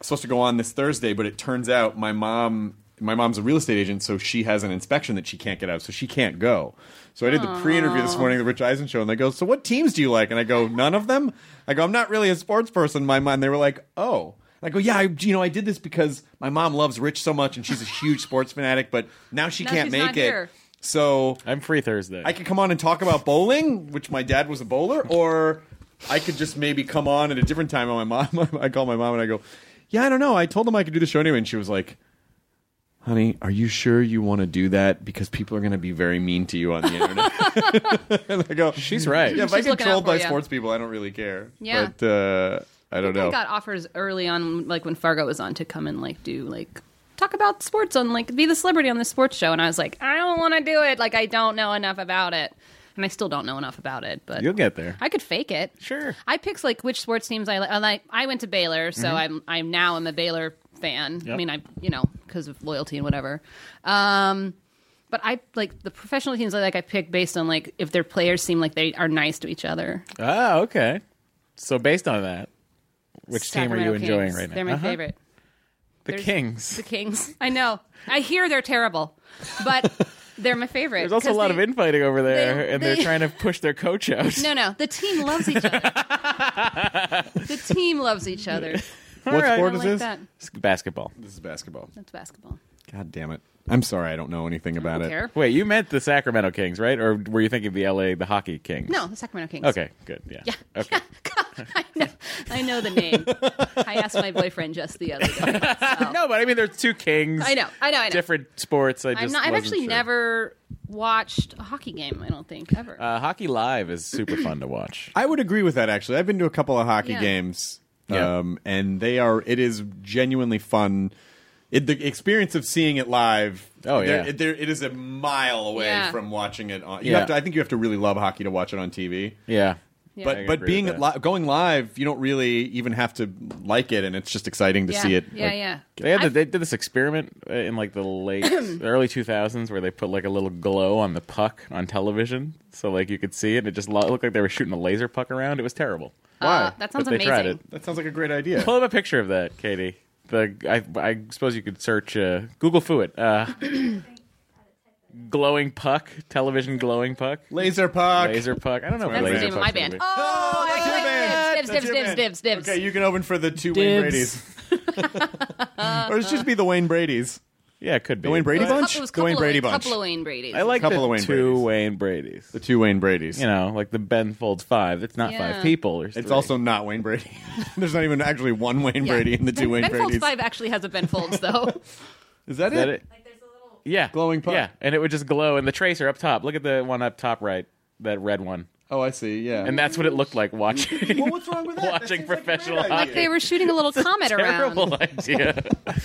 A: supposed to go on this Thursday, but it turns out my mom my mom's a real estate agent, so she has an inspection that she can't get out, of, so she can't go. So I did the pre-interview this morning, the Rich Eisen show, and they go, "So what teams do you like?" And I go, "None of them." I go, "I'm not really a sports person." In my mind, they were like, "Oh." And I go, "Yeah, I, you know, I did this because my mom loves Rich so much, and she's a huge sports fanatic, but now she
C: Now
A: can't
C: she's
A: make
C: not
A: it."
C: here.
A: So
D: I'm free Thursday.
A: I could come on and talk about bowling, which my dad was a bowler, or I could just maybe come on at a different time. And my mom, I call my mom and I go, "Yeah, I don't know. I told them I could do the show anyway," and she was like, "Honey, are you sure you want to do that? Because people are going to be very mean to you on the internet." and I go,
D: She's right.
A: "Yeah, if I
C: She's looking
A: get
C: out
A: trolled
C: for
A: by
C: you."
A: sports people, I don't really care."
C: Yeah.
A: but uh, I don't know.
C: I got offers early on, like when Fargo was on, to come and like do like talk about sports on like be the celebrity on this sports show, and I was like, I don't want to do it. Like I don't know enough about it, and I still don't know enough about it. But
D: You'll get there.
C: I could fake it.
D: Sure. Mm-hmm.
C: I picked like which sports teams I like. I, like, I went to Baylor, so I'm I'm now I'm a Baylor fan. I
D: Yep.
C: mean, I you know because of loyalty and whatever. Um, but I like the professional teams. I like I pick based on like if their players seem like they are nice to each other.
D: Ah, okay. So based on that, which team are
C: Sacramento
D: you enjoying
C: Kings.
D: right now?
C: They're my
D: Uh-huh.
C: favorite.
D: The
C: There's-
D: Kings.
C: The Kings. I know. I hear they're terrible, but they're my favorite.
D: There's also a lot of infighting over there,
C: they-
D: and
C: they-
D: they're trying to push their coach out.
C: No, no. The team loves each other. the team loves each other.
A: what
D: right.
A: sport
C: I
A: is
C: like
A: this?
C: that.
D: It's basketball.
A: This is basketball.
C: That's basketball.
A: God damn it! I'm sorry, I don't know anything about
C: Don't
A: it.
C: care.
D: Wait, you meant the Sacramento Kings, right? Or were you thinking the LA, the hockey Kings?
C: No, the Sacramento Kings.
D: Okay, good. Yeah.
C: Yeah.
D: Okay.
C: I know. I know the name. I asked my boyfriend just the other day. so.
D: No, but I mean, there's two Kings.
C: I know. I know. I know.
D: Different sports. I just
C: I'm not, I've
D: wasn't
C: actually
D: sure.
C: never watched a hockey game. I don't think ever.
D: Uh, hockey live is super fun to watch.
A: I would agree with that. Actually, I've been to a couple of hockey
C: Yeah.
A: games,
D: Yeah.
A: um, and they are. It is genuinely fun. It, the experience of seeing it live.
D: Oh,
A: there-
D: yeah.
A: it- there- it is a mile away
C: Yeah.
A: from watching it on. You
D: Yeah.
A: have to. I think you have to really love hockey to watch it on TV.
D: Yeah.
C: Yeah.
A: But
D: can
A: but
D: agree
A: being
D: with
A: at
D: that.
A: li- going live, you don't really even have to like it, and it's just exciting to
C: yeah.
A: see it.
C: Yeah,
A: like,
C: yeah.
D: They had the, they did this experiment uh, in like the late early 2000s where they put like a little glow on the puck on television, so like you could see it. and It just lo- looked like they were shooting a laser puck around. It was terrible.
A: Why?
C: Uh, that sounds
D: But they
C: amazing.
D: tried it.
A: That sounds like a great idea.
D: Pull up a picture of that, Katie. The I, I suppose you could search uh, Google Fluid. Uh, glowing puck, television glowing puck,
A: Laser puck.
D: laser puck. I don't know. what
C: That's the
D: laser
C: name of my
D: puck's
C: band.
D: gonna be.
C: Oh,
A: that's your band.
C: Dibs,
A: That's
C: dibs,
A: your
C: dibs,
A: band.
C: dibs, dibs.
A: Okay, you can open for the two Wayne
D: Dibs.
A: Brady's. or it should be the Wayne Brady's.
D: Yeah, it could be.
A: The Wayne Brady
D: But
A: bunch?
C: It was a
A: The Wayne
C: couple
A: Brady
C: of,
A: bunch.
C: couple of Wayne Brady's.
D: I like
A: Couple
D: the
A: of Wayne
D: two
A: Brady's.
D: Wayne Brady's.
A: The two Wayne Brady's.
D: You know, like the Ben folds five. It's not
C: Yeah.
D: five people. There's
A: It's
D: three.
A: also not Wayne Brady. There's not even actually one Wayne
C: Yeah.
A: Brady in the two Wayne
C: Ben Folds
A: Brady's.
C: Five actually has a Ben Folds though.
A: Is that,
D: Is
A: it?
D: that it? Yeah,
A: Glowing puck.
D: Yeah, and it would just glow, and the tracer up top. Look at the one up top right, that red one,
A: Oh, I see. Yeah.
D: and that's what it looked like watching
A: well, what's wrong with that? That
D: watching
A: seems like a great
D: professional
A: idea.
D: hockey.
C: they were shooting a little comet around.
D: terrible idea.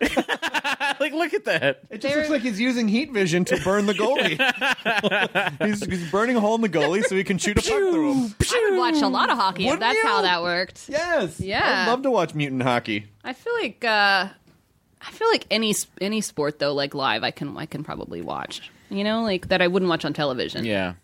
D: like, look at that.
A: It just looks like he's using heat vision to burn the goalie. he's, he's burning a hole in the goalie so he can shoot a puck through him.
C: I would watch a lot of hockey if
A: Wouldn't
C: that's
A: you?
C: how that worked.
A: Yes.
C: Yeah.
A: I'd love to watch mutant hockey.
C: I feel like uh, I feel like any s- any sport though, like live, I can I can probably watch. You know, like that I wouldn't watch on television.
D: Yeah.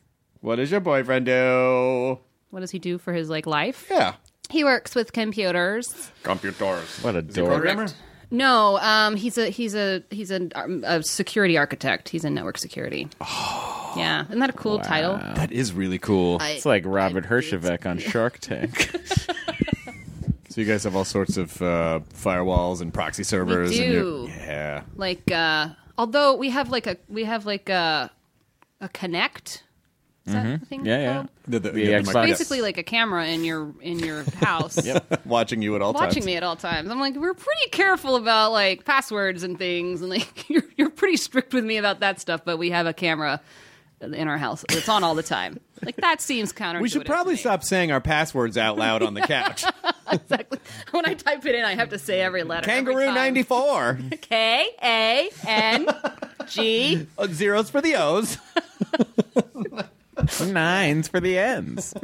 A: What does your boyfriend do?
C: What does he do for his like life?
A: Yeah.
C: He works with computers.
A: Computers.
D: What a
A: Is he a
D: dork.
A: programmer?
C: No, um, he's a he's a he's a, um, a security architect. He's in network security.
D: Oh.
C: yeah, isn't that a cool title?
A: That is really cool.
D: It's like Robert Hershevek on Shark Tank.
A: so you guys have all sorts of uh, firewalls and proxy servers. and you're-
C: do.
A: yeah.
C: like uh although we have like a we have like a a connect is that the thing
D: Yeah,
C: it's
D: Mm-hmm. yeah.
C: called?
A: The, the,
D: The
A: mic-
D: Xbox.
A: yes.
C: basically like a camera in your in your house
A: watching you at all
C: watching
A: times.
C: me at all times i'm like we're pretty careful about like passwords and things and like you're, you're pretty strict with me about that stuff but we have a camera in our house that's on all the time like that seems counterintuitive
A: We should probably
C: to me.
A: stop saying our passwords out loud on the couch.
C: exactly when i type it in i have to say every letter every
A: Kangaroo
C: time.
A: ninety four.
C: k a n g
A: Uh, Zeros for the O's.
D: Nines for the ends.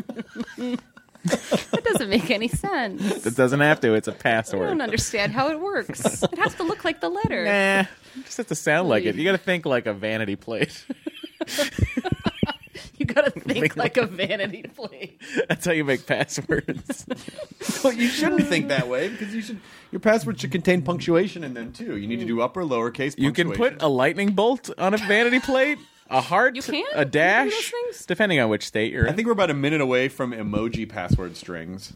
C: that doesn't make any sense
D: It doesn't have to. It's a
C: I don't
D: password.
C: understand how it works. it has to look like the letter.
D: Nah. It just has to sound like it. You got to think like a vanity plate.
C: You gotta think like a vanity plate.
D: That's how you make passwords.
A: Well, you shouldn't think that way because you should. Your password should contain punctuation in them too. You need to do upper lowercase.
D: you can put
A: punctuation.
D: a lightning bolt on a vanity plate, a heart,
C: You can? You
D: a
C: can do those
D: dash,
C: things?
D: depending on which state you're
A: I
D: in.
A: think we're about a minute away from emoji password strings.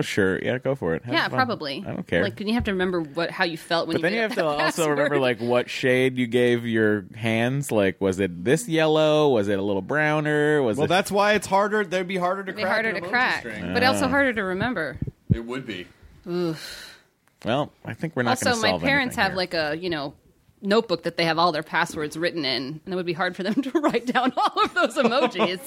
D: Sure, yeah, go for it. Have
C: Yeah,
D: fun.
C: probably.
D: I don't care.
C: Like, you have to remember what how you felt when.
D: But
C: you
D: then
C: made
D: you
C: up
D: have to
C: that
D: also remember
C: password.
D: like what shade you gave your hands. Like, was it this yellow? Was it a little browner? Was
A: Well,
D: it
A: that's why it's harder. That'd be harder to
C: It'd be
A: crack.
C: harder
A: an
C: to
A: emoji
C: crack,
A: string.
C: but also harder to remember.
A: It would be.
D: well? I think we're not.
C: Also,
D: gonna
C: my
D: solve
C: parents
D: anything
C: have
D: here.
C: like a you know notebook that they have all their passwords written in, and it would be hard for them to write down all of those emojis.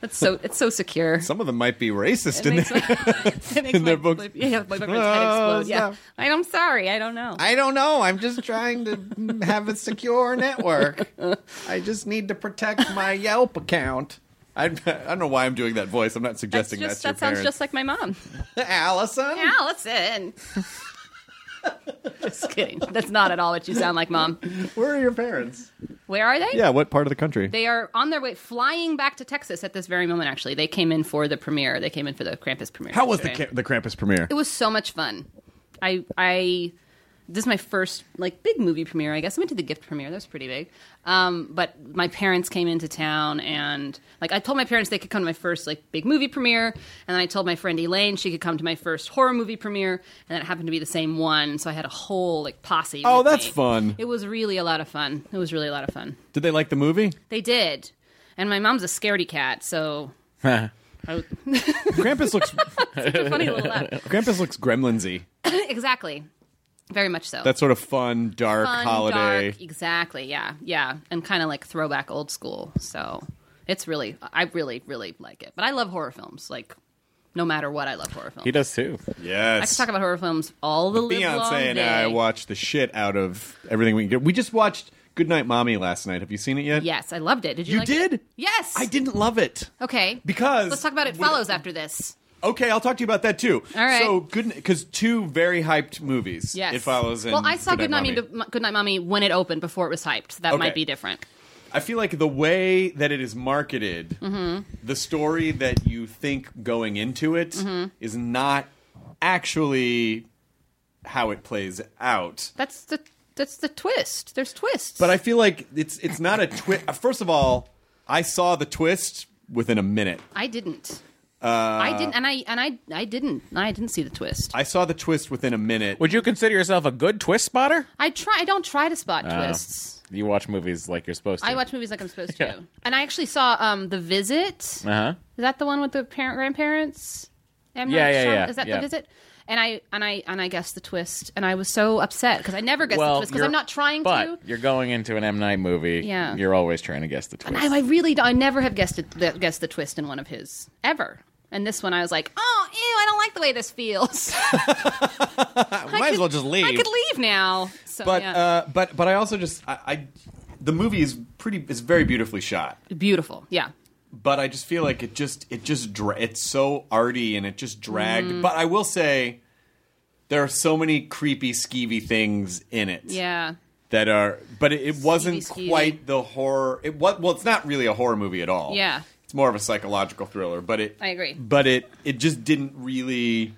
C: That's so it's so secure.
A: Some of them might be racist
C: It
A: in
C: makes
A: there.
C: my, it makes
A: in their
C: my-
A: books.
C: Yeah, my boyfriend's head
A: Oh,
C: explodes. Yeah,
A: stop.
C: I'm sorry. I don't know.
A: I don't know. I'm just trying to have a secure network. I just need to protect my Yelp account. I, I don't know why I'm doing that voice. I'm not
C: that's
A: suggesting
C: just,
A: that's
C: that
A: your
C: sounds just like my mom.
A: like Allison.
C: Allison. Just kidding. That's not at all what you sound like, Mom.
A: Where are your parents?
C: Where are they?
A: Yeah, what part of the country?
C: They are on their way, flying back to Texas at this very moment. Actually, they came in for the premiere. They came in for the Krampus premiere.
A: How was the
C: yesterday.
A: Kra- the Krampus premiere?
C: It was so much fun. I I this is my first like big movie premiere. I guess I went to the gift premiere. That was pretty big. Um, but my parents came into town, and like I told my parents they could come to my first like big movie premiere, and then I told my friend Elaine she could come to my first horror movie premiere, and that happened to be the same one. So I had a whole like posse.
A: Oh,
C: with
A: that's
C: me.
A: fun.
C: It was really a lot of fun. It was really a lot of fun.
A: Did they like the movie?
C: They did, and my mom's a scaredy cat, so. I was-
A: Krampus looks
C: funny little laugh.
A: Krampus looks gremlinsy.
C: exactly, very much so.
A: That sort of fun, dark
C: fun,
A: holiday.
C: dark, exactly. Yeah, yeah, and kind of like throwback old school. So it's really, I really, really like it. But I love horror films. Like, no matter what, I love horror films.
D: he does too.
C: I could
A: Yes.
C: talk about horror films all the live long
A: Beyonce and
C: day.
A: I watched the shit out of everything we can get. We just watched Goodnight Mommy last night. Have you seen it yet?
C: yes, I loved it. Did you?
A: You
C: like it?
A: did?
C: Yes,
A: I didn't love it.
C: Okay,
A: Because-
C: let's talk about it.
A: What-
C: Follows after this.
A: Okay, I'll talk to you about that too.
C: All right.
A: So good because two very hyped movies.
C: Yes,
A: It follows. And
C: Well, I saw Goodnight,
A: Mommy.
C: Mommy. Goodnight Mommy when it opened before it was hyped. So that
A: Okay.
C: might be different.
A: I feel like the way that it is marketed,
C: Mm-hmm.
A: the story that you think going into it is
C: Mm-hmm.
A: not actually how it plays out.
C: That's the that's the twist. There's twists.
A: But I feel like it's it's not a twist. First of all, I saw the twist within a minute.
C: I didn't.
D: Uh,
C: I didn't, and I and I I didn't. I didn't see the twist.
A: I saw the twist within a minute.
D: Would you consider yourself a good twist spotter?
C: I try. I don't try to spot
D: Oh.
C: twists.
D: You watch movies like you're supposed to.
C: I watch movies like I'm supposed to. And I actually saw um, The Visit.
D: Uh huh.
C: Is that the one with the parent grandparents? M.
D: Yeah,
C: Night
D: yeah,
C: Shyam-
D: yeah,
C: Is that
D: yeah.
C: The Visit? And I and I and I guessed the twist, and I was so upset because I never guessed the
D: Well,
C: twist because
D: you're-
C: I'm not trying to.
D: But you're going into an M Night movie.
C: Yeah.
D: You're always trying to guess the
C: And
D: twist.
C: I, I really, don't, I never have guessed it, the, guessed the twist in one of his ever. And this one, I was like, oh, ew, I don't like the way this feels.
A: Might as well just leave.
C: I could leave now. So,
A: but
C: yeah.
A: uh, but but I also just I, I the movie is pretty is very beautifully shot.
C: beautiful, yeah.
A: But I just feel like it just it just dra- it's so arty and it just dragged.
C: Mm-hmm.
A: But I will say. There are so many creepy, skeevy things in it.
C: Yeah.
A: That are, but it, it wasn't
C: Skeevy, skeevy.
A: quite the horror. It was well, it's not really a horror movie at all.
C: Yeah.
A: it's more of a psychological thriller. But it,
C: I agree.
A: But it, it just didn't really.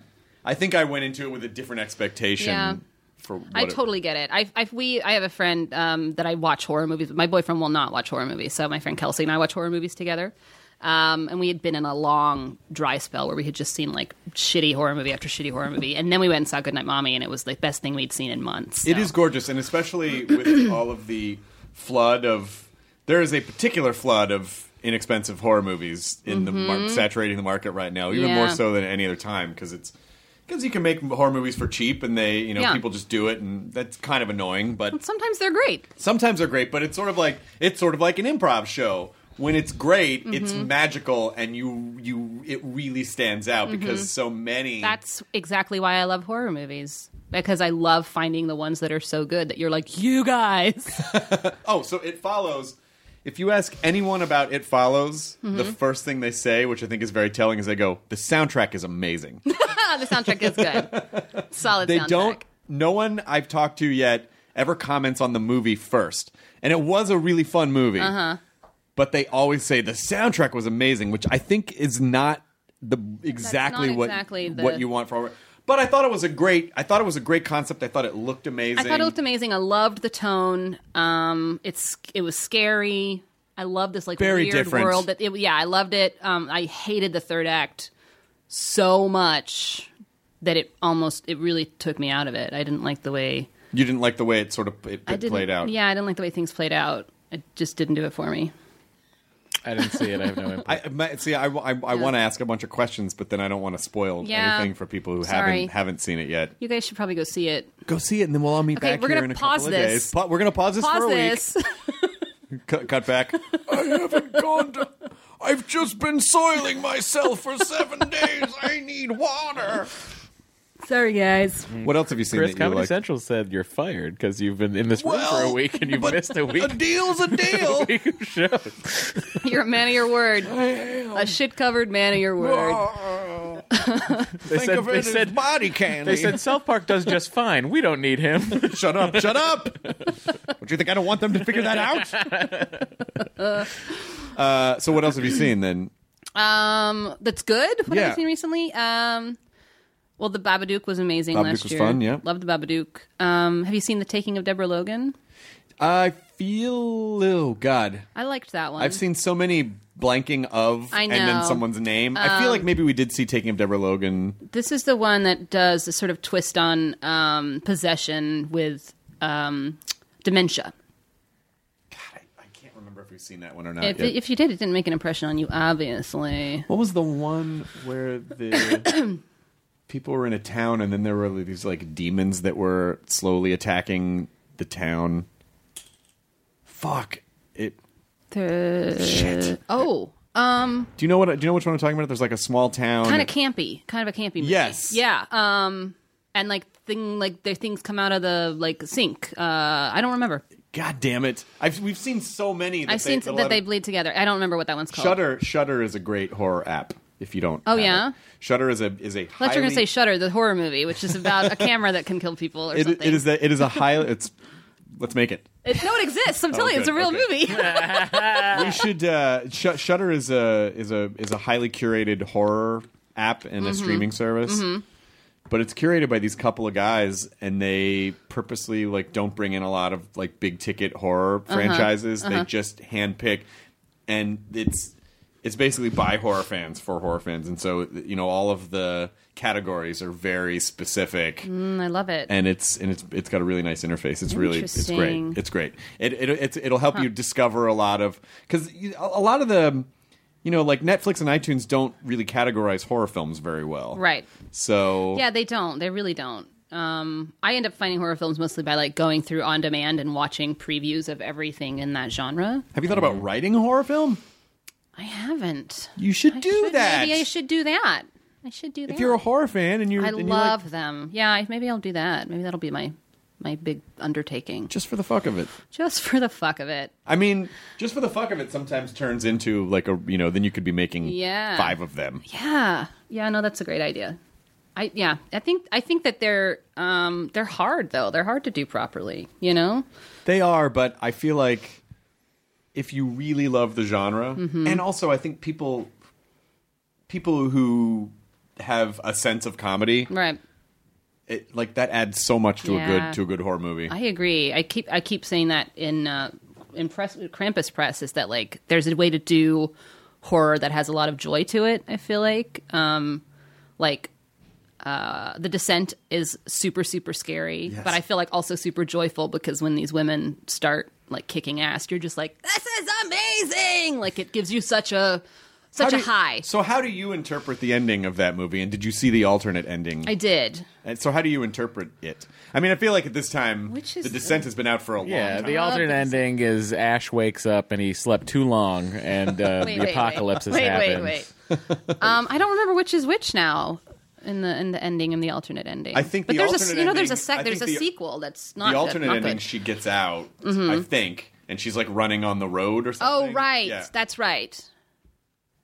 A: I think I went into it with a different expectation.
C: Yeah.
A: For what
C: I
A: it-
C: totally get it. I, I we I have a friend um, that I watch horror movies. with. My boyfriend will not watch horror movies, so my friend Kelsey and I watch horror movies together. Um, and we had been in a long dry spell where we had just seen like shitty horror movie after shitty horror movie, and then we went and saw Goodnight Mommy, and it was the best thing we'd seen in months.
A: It is gorgeous, and especially with all of the flood of there is a particular flood of inexpensive horror movies in the mar- saturating the market right now, even more
C: Mm-hmm. Yeah.
A: so than any other time because it's because you can make horror movies for cheap, and they you know
C: Yeah.
A: people just do it, and that's kind of annoying. But
C: Sometimes they're great.
A: sometimes they're great, but it's sort of like it's sort of like an improv show. When it's great, it's
C: Mm-hmm.
A: magical, and you you it really stands out because so many
C: Mm-hmm. That's exactly why I love horror movies because I love finding the ones that are so good that you're like, you guys.
A: Oh, so it follows. If you ask anyone about It Follows,
C: Mm-hmm.
A: the first thing they say, which I think is very telling, is they go, "The soundtrack is amazing."
C: Ah, the soundtrack is good, solid.
A: they
C: soundtrack.
A: don't. No one I've talked to
C: Uh-huh.
A: yet ever comments on the movie first, and it was a really fun movie. Uh huh. but they always say the soundtrack was amazing, which I think is not the exactly what
C: exactly the-
A: what you want for. But I thought it was a great. I thought it was a great concept. I thought it looked amazing.
C: I thought it looked amazing. I loved the tone. Um, it's it was scary. I love this like
A: Very
C: weird
A: different.
C: world. That it, yeah, I loved it. Um, I hated the third act so much that it almost it really took me out of it. I didn't like the way
A: you didn't like the way it sort of it,
C: I
A: it
C: didn't,
A: played out.
C: Yeah, I didn't like the way things played out. It just didn't do it for me.
D: I didn't see it. I have no input.
A: I my, see. I, want to ask a bunch of questions, but then I don't want to spoil
C: Yeah.
A: anything for people who
C: Sorry.
A: haven't haven't seen it yet.
C: You guys should probably go see it.
A: Go see it, and then we'll all meet
C: Okay,
A: back
C: we're
A: here
C: gonna
A: in a
C: pause
A: couple
C: this.
A: of days. Pa- we're gonna pause this for
C: Pause
A: a
C: this.
A: week. Cut, cut back. I haven't gone. To, I've just been soiling myself for seven days. I need water.
C: Sorry, guys.
A: What else have you seen
D: Chris,
A: that you
D: Comedy
A: like?
D: Central said you're fired because you've been in this room for a
A: Well,
D: week and you've missed a week.
A: A deal's a deal.
D: week of shows.
C: You're a man of your word. A shit covered man of your word.
D: They
A: Think
D: said,
A: of
D: they
A: it as
D: said,
A: body candy.
D: they said South Park does just fine. We don't need him.
A: "Shut up! Shut up!" Don't you think I don't want them to figure that out? uh, so, what else have you seen then?
C: Um, that's good. What have
A: Yeah.
C: I seen recently? Um, well, the Babadook was amazing
A: Babadook
C: last
A: was
C: year.
A: fun, yeah.
C: loved the Babadook. Um, have you seen the Taking of Deborah Logan?
A: I feel, oh God,
C: I liked that one.
A: I've seen so many blanking of
C: I
A: and then
C: know. Um,
A: someone's name. I feel like maybe we did see Taking of Deborah Logan.
C: This is the one that does a sort of twist on um, possession with um, dementia.
A: God, I, I can't remember if we've seen that one or not.
C: If,
A: yet.
C: if you did, it didn't make an impression on you, obviously.
A: what was the one where the people were in a town and then there were these like demons that were slowly attacking the town? Fuck it.
C: The-
A: Shit.
C: Oh, um,
A: Do you know what? Do you know which one I'm talking about? There's like a small town.
C: kind of campy, kind of a campy. Movie.
A: Yes.
C: Yeah. Um, and like thing, like their things come out of the like sink. Uh, I don't remember.
A: God damn it! I've, we've seen so many. That
C: I've
A: they,
C: seen
A: the
C: that they
A: letter-
C: bleed together. I don't remember what that one's called.
A: Shutter Shutter is a great horror app. If you don't,
C: Oh,
A: have
C: yeah?
A: it. Shutter is a is a.
C: I thought you were
A: highly-
C: gonna say Shutter, the horror movie, which is about a camera that can kill people or
A: It-
C: something.
A: it is that it is a high. It's let's make it.
C: It- no, it exists. I'm telling you, it's a
A: good,
C: real
A: Oh, okay.
C: movie.
A: We should. Uh, Sh- Shutter is a is a is a highly curated horror app and a streaming service. But it's curated by these couple of guys, and they purposely like don't bring in a lot of like big ticket horror franchises. They just handpick, and it's it's basically by horror fans for horror fans, and so you know all of the categories are very specific
C: Mm, I love it.
A: and it's and it's it's got a really nice interface. It's really it's great.
C: Interesting.
A: It's great. It it it's, it'll help you discover a lot of because a a lot of the you know like Netflix and iTunes don't really categorize horror films very well,
C: right.
A: So
C: Yeah, they don't. They really don't. Um, I end up finding horror films mostly by like going through on demand and watching previews of everything in that genre.
A: have you thought about writing a horror film?
C: I haven't.
A: You should
C: I
A: do
C: should-
A: that.
C: Maybe I should do that. I should do that.
A: If you're a horror fan and you're
C: I
A: and you
C: love
A: like,
C: them. Yeah, I- maybe I'll do that. Maybe that'll be my my big undertaking,
A: just for the fuck of it.
C: just for the fuck of it.
A: I mean, just for the fuck of it, sometimes turns into like a you know then you could be making
C: Yeah.
A: five of them.
C: Yeah, yeah, no, that's a great idea. I yeah, I think I think that they're um they're hard though. They're hard to do properly. You know,
A: They are, but I feel like if you really love the genre,
C: Mm-hmm.
A: and also I think people people who have a sense of comedy,
C: right?
A: it, like that adds so much to a
C: Yeah.
A: good to a good horror movie.
C: I agree. I keep I keep saying that in uh, in press Krampus press is that like there's a way to do horror that has a lot of joy to it. I feel like um like. Uh, the descent is super super scary, but I feel like also super joyful because when these women start like kicking ass, you're just like, "This is amazing!" Like it gives you such
A: How
C: a such
A: do
C: a
A: you-
C: high.
A: So how do you interpret the ending of that movie? And did you see the alternate ending?
C: I did.
A: and so how do you interpret it? I mean, I feel like at this time,
C: Which is-
A: the descent has been out for a long
D: Yeah,
A: time.
D: the alternate ending is Ash wakes up and he slept too long, and uh,
C: Wait,
D: the
C: wait,
D: apocalypse
C: wait.
D: has
C: wait,
D: happened.
C: Wait, wait, um, I don't remember which is which now in the in the ending and the alternate ending.
A: I think
C: but
A: the
C: there's
A: alternate
C: a you know there's a
A: ending- I
C: sec there's a
A: think the-
C: sequel that's not
A: the
C: good-
A: alternate
C: not
A: ending,
C: good. Mm-hmm.
A: she gets out, I think, and she's like running on the road or
C: oh
A: something.
C: right,
A: Yeah.
C: that's right.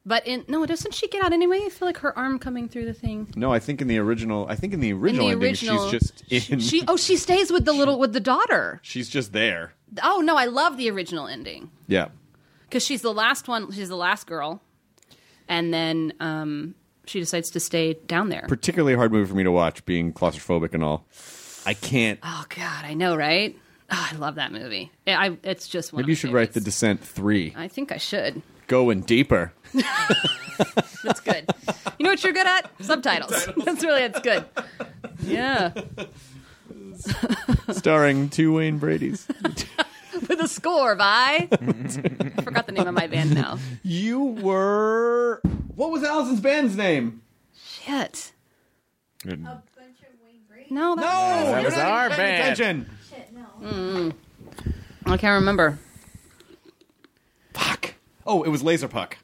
C: But in no, doesn't she get out anyway? I feel like her arm coming through the thing.
A: No, I think in the original. I think in the
C: In
A: original,
C: the
A: ending,
C: original,
A: she's just in.
C: she, she- oh she stays with the little with the daughter.
A: she's just there.
C: Oh no, I love the original ending
A: Yeah.
C: because she's the last one. She's the last girl, and then um, she decides to stay down there.
A: Particularly hard movie for me to watch, being claustrophobic and all. I can't.
C: Oh God, I know, right? Oh, I love that movie. I, I- it's just one. of
A: Maybe you
C: my
A: should write The
C: favorites.
A: Descent 3.
C: I think I should.
A: Going deeper.
C: That's good. you know what you're good at? Subtitles. That's really that's good. Yeah,
A: Starring two Wayne Brady's.
C: with a score by. I forgot the name of my band now.
A: you were. What was Allison's band's name?
C: Shit.
D: Good.
B: bunch of Wayne Brady.
C: No,
A: Oh,
C: that's,
D: that was our band.
A: Attention.
B: Shit, no.
C: I can't remember.
A: Fuck. Oh, it was Laser Puck.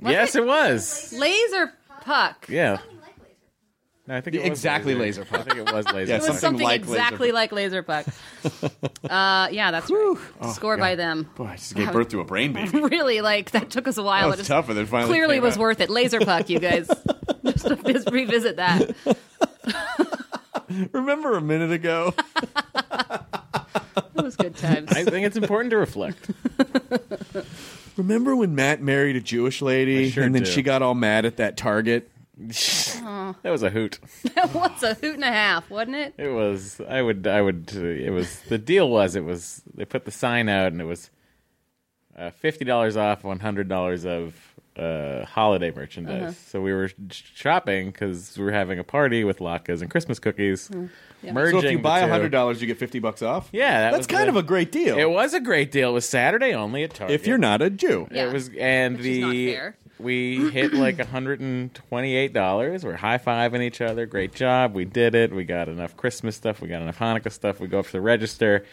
D: Yes, it was.
C: Laser puck.
D: Yeah.
B: Something like laser.
D: No, I think it was
A: Exactly Laser
D: I
A: Puck.
D: think it was laser.
A: Yeah,
C: It was
D: Puck.
C: something,
A: Something like
C: exactly like laser puck. uh, yeah, that's right.
A: Oh,
C: Score by them.
A: Boy, I just gave birth to a brain baby.
C: Really, like that took us a while.
A: That
C: It
A: was
C: just
A: tougher than finally.
C: clearly
A: came
C: was
A: out.
C: worth it. Laser puck, you guys. just, just revisit that.
A: Remember a minute ago?
C: It was good times.
D: I think it's important to reflect.
A: Remember when Matt married a Jewish lady
D: I sure
A: and then
D: do.
A: she got all mad at that Target?
D: That was a hoot.
C: That was a hoot and a half, wasn't it?
D: It was. I would. I would. uh, It was. The deal was. It was. They put the sign out, and it was uh, fifty dollars off, one hundred dollars of uh, holiday merchandise. So we were sh- shopping because we were having a party with latkes and Christmas cookies. Merging
A: So if you
D: the
A: buy
D: two.
A: hundred dollars, you get fifty bucks off.
D: Yeah, that
A: that's
D: was
A: kind
D: the-
A: of a great deal.
D: it was a great deal. It was Saturday only at Target.
A: if you're not a Jew,
C: Yeah.
D: It was, and
C: Which is not
D: the
C: fair.
D: we hit like hundred and twenty-eight dollars. We're high-fiving each other. Great job, we did it. We got enough Christmas stuff. We got enough Hanukkah stuff. We go up to the register.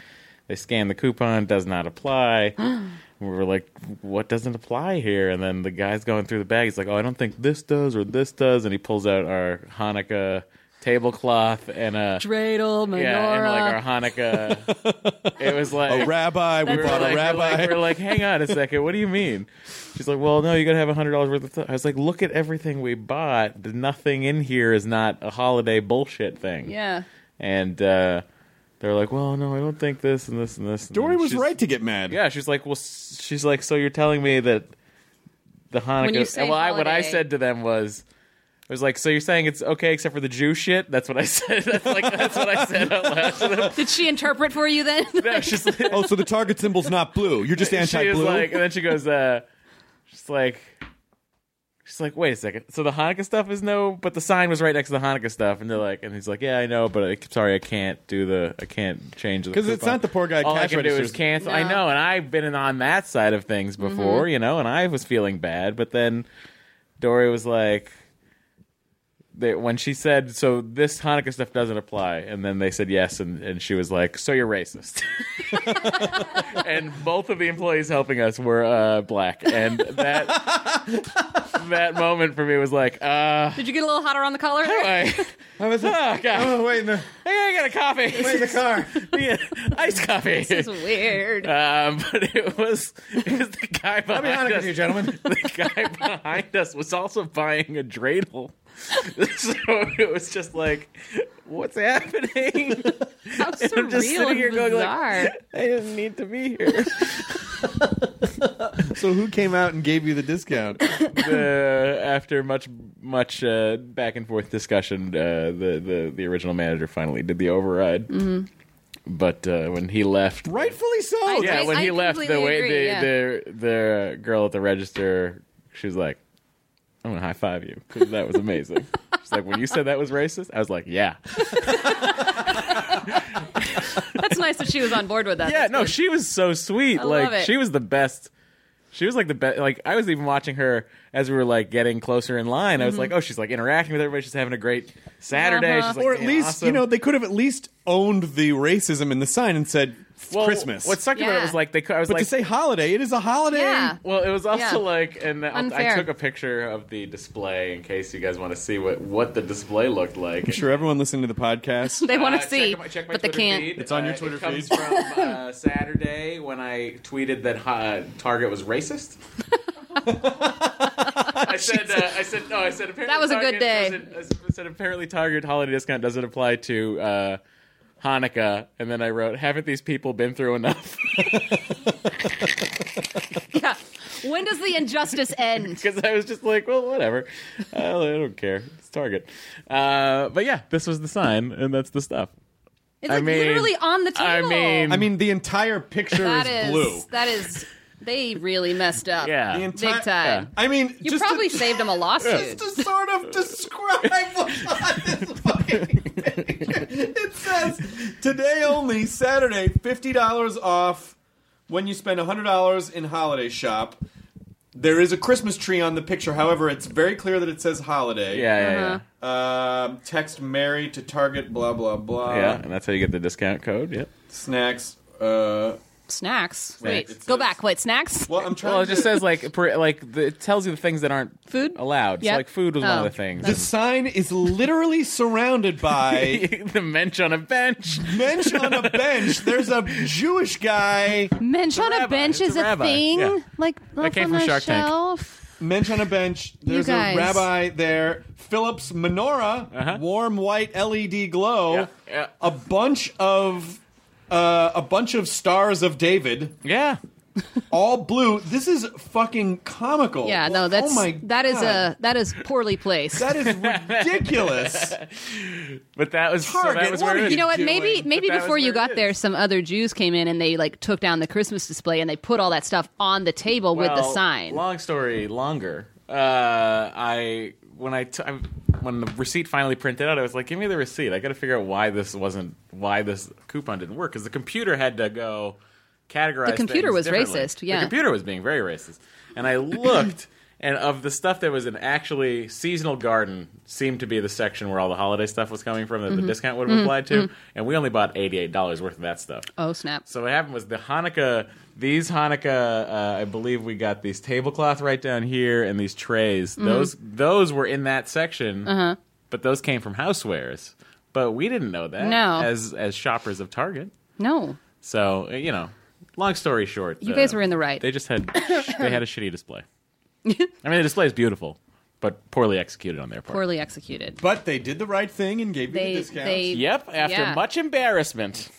D: They scan the coupon. Does not apply. And we were like, "What doesn't apply here?" And then the guy's going through the bag. He's like, "Oh, I don't think this does or this does." And he pulls out our Hanukkah tablecloth and a
C: Dreidel, menorah.
D: yeah, and like our Hanukkah. it was like
A: a rabbi, we
D: we
A: bought a rabbi.
D: We're like, hang on a second. What do you mean? She's like, well, no, you got to have hundred dollars worth of. Th-. I was like, look at everything we bought. The- Nothing in here is not a holiday bullshit thing.
C: yeah.
D: And uh, they're like, well, no, I don't think this and this and this. And
A: Dory was
D: she's-
A: right to get mad.
D: Yeah, she's like, well, s- she's like, so you're telling me that the Hanukkah.
C: you say
D: well, I, what I
C: holiday-
D: said to them was. I was like, so you're saying it's okay except for the Jew shit? That's what I said. That's like that's what I said out loud to them.
C: Did she interpret for you then?
D: No, she's like,
A: Oh, so the Target symbol's not blue. You're just
D: she was
A: anti-blue.
D: like, and then she goes, uh, she's like, she's like, wait a second. So the Hanukkah stuff is no, but the sign was right next to the Hanukkah stuff, and they're like, and he's like, yeah, I know, but I, sorry, I can't do the, I can't change the.
A: 'Cause it's
D: coupon.
A: not the poor guy
D: All Oh, I
A: cash
D: can do is
A: registers.
D: cancel. I
C: No. Mm-hmm.
D: know, and I've been in on that side of things before, you know, and I was feeling bad, but then Dory was like. They, when she said, "So this Hanukkah stuff doesn't apply," and then they said yes, and, and she was like, "So you're racist." and both of the employees helping us were uh, black, and that that moment for me was like, uh,
C: Did you get a little hotter on the collar?
D: I,
A: I was
D: oh god,
A: wait in the,
D: I got a coffee,
A: the car.
D: Yeah, iced coffee.
C: This is weird.
D: Um, but it was, it was the guy behind us.
A: gentlemen.
D: the guy behind us was also buying a dreidel, so it was just like, what's happening?
C: How surreal
D: I'm just sitting
C: and
D: here going like,
C: bizarre.
D: I didn't need to be here.
A: So who came out and gave you the discount?
D: the, after much much uh, back and forth discussion, uh, the, the the original manager finally did the override. But uh, when he left,
A: Rightfully so.
D: yeah,
C: I-
D: when
C: I
D: he left, the
C: completely
D: way
C: agree,
D: the,
C: yeah.
D: the the girl at the register, she was like, "I'm gonna high five you because that was amazing." She's like, "When you said that was racist," I was like, "Yeah,
C: That's nice that she was on board with that.
D: yeah."
C: That's
D: No,
C: good.
D: she was so sweet.
C: I
D: like
C: love it.
D: she was the best. She was like the best. Like I was even watching her as we were like getting closer in line. I was like, "Oh, she's like interacting with everybody. She's having a great Saturday."
C: Uh-huh.
D: She's like,
A: or at
D: "Man,
A: least you
D: awesome."
A: know they could have at least owned the racism in the sign and said
D: Well,
A: Christmas.
D: What sucked about it
C: Yeah.
D: was like they. cou- I was
A: but
D: like,
A: to say holiday, it is a holiday.
C: Yeah.
D: Well, it was also
C: Yeah.
D: like, and I- I
C: Unfair.
D: took a picture of the display in case you guys want to see what, what the display looked like.
A: I'm sure everyone listening to the podcast.
C: They want to
D: Uh,
C: see,
D: check my- check my
C: but they
D: Twitter
C: can't.
D: feed.
A: It's on your
D: Uh,
A: Twitter
D: it comes
A: feed.
D: from uh, Saturday when I tweeted that uh, Target was racist. I said, uh, I said, no, I said apparently
C: That was a good
D: Target
C: day.
D: doesn't- I said- I said apparently Target holiday discount doesn't apply to uh, Hanukkah, and then I wrote, haven't these people been through enough?
C: Yeah. When does the injustice end?
D: because I was just like, well, whatever. Uh, I don't care. It's Target. Uh, but yeah, this was the sign, and that's the stuff.
C: It's
D: I
C: like
D: mean-
C: literally on the
D: I
C: table.
D: mean-
A: I mean, the entire picture
C: that
A: is
C: is
A: blue.
C: that is they really messed up.
D: Yeah.
A: The
D: Big
A: entire-
C: time.
A: I mean,
C: You
A: just
C: probably
A: to,
C: saved him a lawsuit.
A: just to sort of describe what's on this fucking picture. It says today only, Saturday, fifty dollars off when you spend hundred dollars in holiday shop. There is a Christmas tree on the picture. However, it's very clear that it says holiday.
D: Yeah, yeah, yeah.
A: Um, text Mary to Target. Blah blah blah.
D: yeah, and that's how you get the discount code. Yep.
A: Snacks. Uh,
C: snacks. Wait,
A: it
C: go
A: says-
C: back. Wait, snacks.
A: well, I'm trying.
D: Well, it
A: to-
D: just says like per, like the, it tells you the things that aren't
C: Food?
D: allowed. So
C: Yeah.
D: like food was one
C: Oh.
D: of the things.
A: The sign is literally surrounded by
D: the mensch on a bench.
A: bench on a bench. There's a Jewish guy.
F: Mensch on a
D: rabbi.
F: bench
D: It's
F: is
D: a
F: a,
D: rabbi.
F: thing.
D: Yeah.
F: Like up
D: came
F: on
D: from
F: a
D: Shark Tank.
F: shelf.
A: Bench on a bench. There's a
F: guys.
A: rabbi there. Phillips menorah, warm white LED glow.
D: Yeah, yeah.
A: A bunch of uh, a bunch of stars of David,
D: Yeah.
A: all blue. This is fucking comical.
C: yeah, no, that's
A: oh my
C: that is
A: God.
C: a that is poorly placed.
A: that is ridiculous.
D: But that was so
A: Target,
D: that was
A: what
D: where
A: are
D: it
C: you know
D: was.
C: what? Maybe
A: doing?
C: maybe
D: But that
C: before
D: was
C: you
D: where it
C: got there,
D: is.
C: some other Jews came in and they like took down the Christmas display and they put all that stuff on the table with the
D: Well,
C: sign.
D: Long story longer. Uh, I when I, t- I when the receipt finally printed out, I was like, "Give me the receipt. I got to figure out why this wasn't why this coupon didn't work because the computer had to go categorize.
C: The computer
D: things
C: was
D: differently.
C: racist, yeah.
D: the computer was being very racist. And I looked, and of the stuff that was an actually seasonal garden seemed to be the section where all the holiday stuff was coming from that
C: Mm-hmm.
D: the discount would have applied to, and we only bought eighty eight dollars worth of that stuff.
C: oh snap!
D: So what happened was the Hanukkah, these Hanukkah, uh, I believe we got these tablecloth right down here and these trays.
C: Mm-hmm.
D: Those those were in that section,
C: Uh-huh.
D: but those came from housewares. But we didn't know that
C: No.
D: as as shoppers of Target.
C: No,
D: So uh, you know, long story short, uh,
C: You guys were in the right.
D: They just had they had a shitty display. I mean, the display is beautiful, but poorly executed on their part.
C: poorly executed.
A: But they did the right thing and gave
C: They
A: you the discount.
C: they
D: Yep. After
C: Yeah.
D: much embarrassment.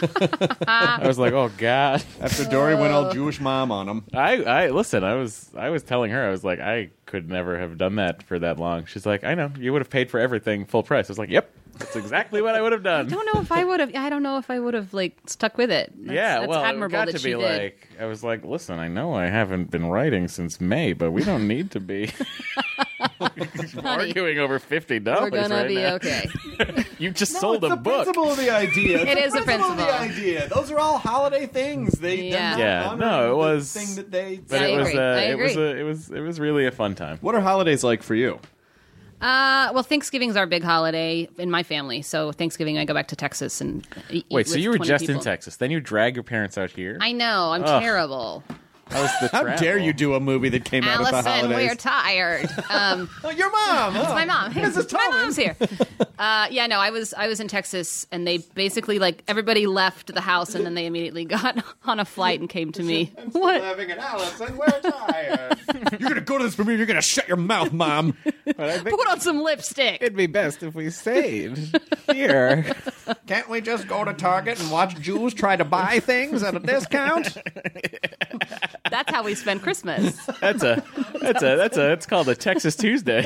D: I was like, "Oh God!"
A: After Dory went
C: Oh.
A: all Jewish mom on him.
D: I, I listen. I was I was telling her I was like I could never have done that for that long. She's like, I know you would have paid for everything full price. I was like, Yep, that's exactly what I would have
C: I
D: done.
C: don't know if I would have. I don't know if I would have like stuck with it. That's,
D: yeah,
C: that's
D: well,
C: admirable
D: it got
C: that
D: to
C: she
D: be
C: did.
D: like I was like, listen, I know I haven't been writing since May, but we don't need to be arguing over fifty
C: We're
D: dollars
C: gonna
D: right
C: be
D: now.
C: okay.
D: You just
A: No,
D: sold
A: it's
D: a
A: the
D: book.
A: principle of the idea. It's
C: It
A: the
C: is a
A: of the
C: principle.
A: idea. Those are all holiday things. They
C: Yeah.
A: they're not
D: Yeah,
A: honoring
D: no, it
A: the
D: was-
A: thing that they.
D: But
C: I
D: it was
C: agree.
D: uh,
C: I
D: it was
C: agree.
D: a, it was it was really a fun time.
A: what are holidays like for you?
C: Uh, well, Thanksgiving's our big holiday in my family. So Thanksgiving, I go back to Texas and e- eat
D: Wait, so
C: with
D: you were
C: 20
D: just in
C: people.
D: Texas, then you drag your parents out here.
C: I know. I'm
D: Ugh.
C: terrible.
D: How's the
A: How
D: travel?
A: dare you do a movie that came out of the
C: Allison,
A: holidays?
C: we're tired. Um,
A: oh, your mom. It's
C: my mom.
A: Mrs.
C: my
A: Tomlin.
C: mom's here. Uh, yeah, no, I was I was in Texas, and they basically like everybody left the house, and then they immediately got on a flight and came to me. What?
A: Living in Allison, we're tired. you're gonna go to this premiere. You're gonna shut your mouth, mom.
C: Put on some lipstick.
D: it'd be best if we stayed here.
A: Can't we just go to Target and watch Jews try to buy things at a discount?
C: That's how we spend Christmas.
D: That's a that's a that's a it's called a Texas Tuesday.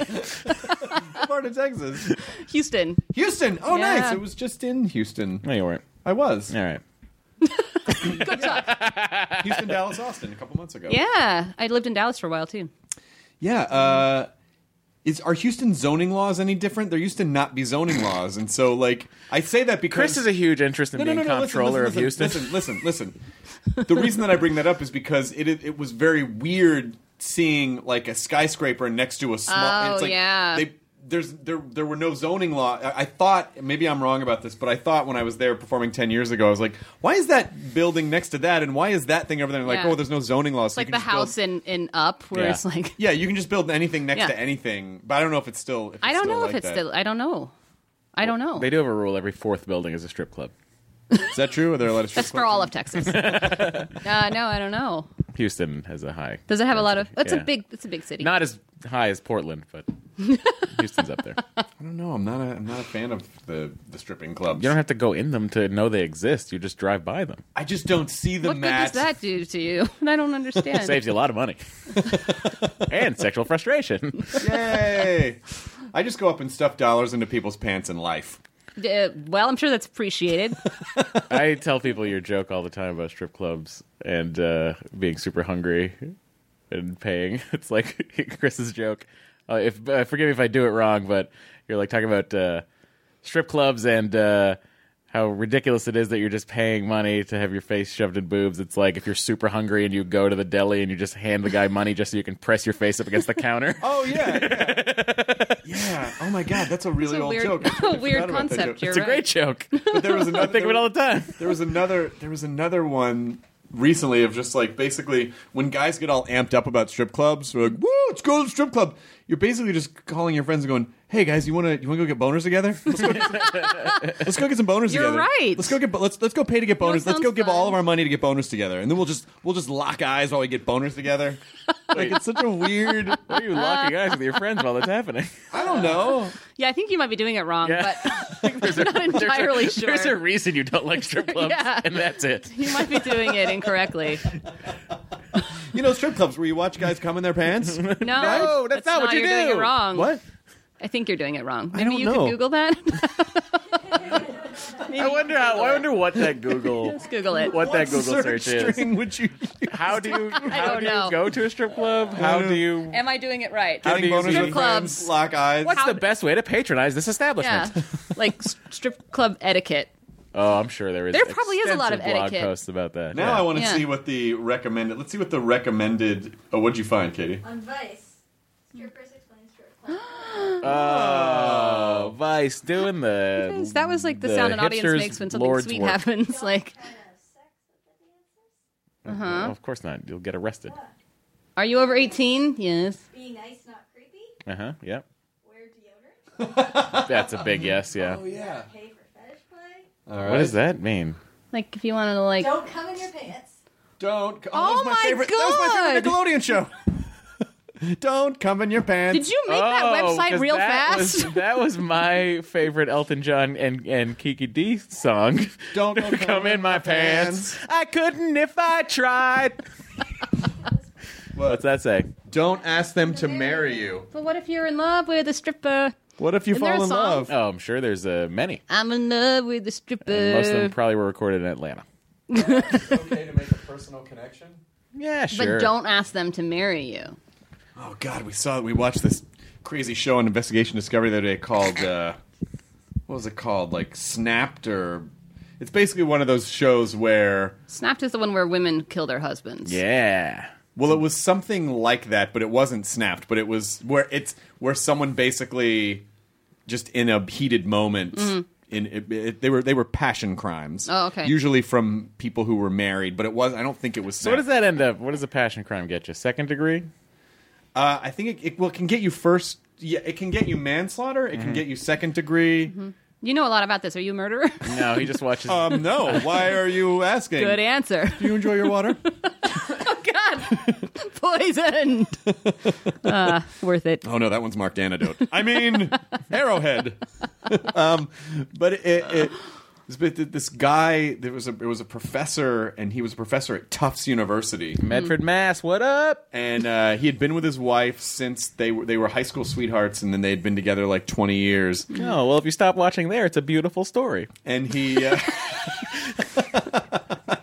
A: Part of Texas,
C: Houston.
A: Houston. Oh,
C: Yeah.
A: nice. It was just in Houston.
D: No, you weren't.
A: I was
D: All right.
A: Houston, Dallas, Austin a couple months ago.
C: Yeah, I lived in Dallas for a while too.
A: Yeah. Uh, is are Houston zoning laws any different? There used to not be zoning laws, and so like I say that because
D: Chris has a huge interest in
A: no, no,
D: being
A: no, no, listen,
D: comptroller
A: listen,
D: of Houston.
A: listen, Listen, listen, listen. the reason that I bring that up is because it it, it was very weird seeing like a skyscraper next to a small. and it's
C: Oh,
A: like,
C: yeah.
A: They, there's there there were no zoning law. I, I thought maybe I'm wrong about this, but I thought when I was there performing ten years ago, I was like, why is that building next to that, and why is that thing over there? And like,
C: Yeah.
A: oh, there's no zoning laws.
C: It's like the house in, in Up, where
D: Yeah.
C: it's like
A: Yeah, you can just build anything next
C: Yeah.
A: to anything, but I don't know if it's still. If it's
C: I don't
A: still
C: know
A: like
C: if it's
A: that.
C: still. I don't know. I don't know.
D: They do have a rule: every fourth building is a strip club.
A: Is that true? Are there a lot of
C: That's for all of Texas. uh, no, I don't know.
D: Houston has a high.
C: Does it have a lot of? It's
D: Yeah.
C: a big. It's a big city.
D: Not as high as Portland, but Houston's up there.
A: I don't know. I'm not a I'm not a fan of the the stripping clubs.
D: You don't have to go in them to know they exist. You just drive by them.
A: I just don't see the
C: What good
A: match.
C: does that do to you? I don't understand.
D: Saves you a lot of money and sexual frustration.
A: Yay! I just go up and stuff dollars into people's pants in life.
C: Uh, well, I'm sure that's appreciated.
D: I tell people your joke all the time about strip clubs and uh, being super hungry and paying. It's like Chris's joke. Uh, if uh, forgive me if I do it wrong, but you're like talking about uh, strip clubs and uh, how ridiculous it is that you're just paying money to have your face shoved in boobs. It's like if you're super hungry and you go to the deli and you just hand the guy money just so you can press your face up against the counter.
A: Oh yeah, yeah. yeah. Oh my god, that's a
C: It's
A: really
C: a
A: old
C: weird,
A: joke. I
C: a
A: forgot
C: weird
A: about that
C: concept.
A: joke.
C: You're
D: it's a
C: right.
D: great joke.
A: But there was another.
D: I think of it all the time.
A: There was another. There was another one recently of just like basically when guys get all amped up about strip clubs, we're like, "Woo, let's go to the strip club." You're basically just calling your friends and going, "Hey guys, you want to you want to go get boners together? Let's go get some, let's go get some boners
C: You're
A: together.
C: right.
A: Let's go get bo- let's let's go pay to get
C: know, it
A: boners. let's
C: sounds
A: go give
C: fun.
A: all of our money to get boners together, and then we'll just we'll just lock eyes while we get boners together. like it's such a weird.
D: Why are you locking eyes with your friends while that's happening?
A: I don't know.
C: Yeah, I think you might be doing it wrong,
D: Yeah.
C: but I'm not entirely
D: there's, a,
C: sure.
D: there's a reason you don't like strip clubs,
C: Yeah.
D: and that's it.
C: You might be doing it incorrectly.
A: You know, strip clubs where you watch guys come in their pants.
C: No,
A: No, that's not what you
C: you're doing
A: do.
C: it wrong.
A: What?
C: I think you're doing it wrong. Maybe
A: don't
C: you
A: know.
C: could Google that. Maybe
D: I wonder how. I wonder what that Google.
C: Just Google it.
D: What that Google search, is.
A: string would you use?
D: How do you? How
C: don't
D: do
C: know.
D: you go to a strip club? How do you?
C: Am I doing it right?
D: How do you-
A: boners
D: Strip
A: with
C: clubs.
A: friends, lock eyes.
D: What's
C: how-
D: the best way to patronize this
C: yeah,
D: establishment?
C: like s- strip club etiquette.
D: Oh, I'm sure there is.
C: There probably is a lot of
D: extensive blog
C: etiquette.
D: posts about that.
A: Now I want to
C: Yeah.
A: see what the recommended. Let's see what the recommended. Oh, what'd you find, Katie?
B: On Vice, strippers explain strip club.
D: to. Oh, Vice doing the.
C: Yes, That was like the, sound an audience
D: hipsters'
C: makes when something
D: Lord's
C: sweet
D: work.
C: happens. Like, Uh-huh.
D: No, of course not. You'll get arrested.
C: are you over 18? Yes.
B: Be nice, not creepy.
D: Uh huh. Yep.
B: Wear deodorant.
D: That's a big yes. Oh, Yeah.
A: Oh, yeah.
B: Pay for fetish play.
A: All right.
D: What does that mean?
C: Like, if you wanted to, like,
B: Don't come in your pants.
A: Don't. Oh,
C: Oh
A: that was my,
C: my
A: favorite. That was my favorite
C: God.
A: Nickelodeon show. Don't come in your pants.
C: did you make that
D: Oh,
C: website
D: 'cause
C: real
D: that
C: fast?
D: Was, that was my favorite Elton John and, and Kiki D song.
A: Don't
C: Oh,
D: come in my pants. I couldn't if I tried. What's that say?
A: Don't ask them to marry you.
C: but what if you're in love with a stripper?
A: What if you
C: Isn't there
A: fall
C: a
A: in
C: song?
A: love?
D: Oh, I'm sure there's uh, many.
C: I'm in love with a stripper.
D: And most of them probably were recorded in Atlanta.
A: okay to make a personal connection.
D: Yeah,
C: but
D: sure.
C: don't ask them to marry you.
A: Oh God, we saw we watched this crazy show on Investigation Discovery the other day called uh, what was it called? Like Snapped or it's basically one of those shows where
C: Snapped is the one where women kill their husbands.
D: Yeah.
A: well it was something like that, but it wasn't snapped, but it was where it's where someone basically just in a heated moment in it, it, they were they were passion crimes.
C: Mm-hmm. Oh, okay.
A: Usually from people who were married, but it was I don't think it was
D: So
A: snapped.
D: what does that end up? What does a passion crime get you? Second degree?
A: Uh, I think it, it well it can get you first yeah, it can get you manslaughter, it
D: Mm-hmm.
A: can get you second degree.
C: You know a lot about this. Are you a murderer?
D: No, he just watches.
A: Um, no. Why are you asking?
C: Good answer.
A: Do you enjoy your water?
C: Oh, God, poisoned. Uh, worth it.
A: oh no, that one's marked antidote. I mean, Arrowhead. um, but it. it but th- this guy, there was a it was a professor, and he was a professor at Tufts University,
D: Medford, Mass. What up?
A: and uh, he had been with his wife since they were they were high school sweethearts, and then they had been together like twenty years.
C: Mm.
D: No, Oh, well, if you stop watching there, it's a beautiful story.
A: and he uh,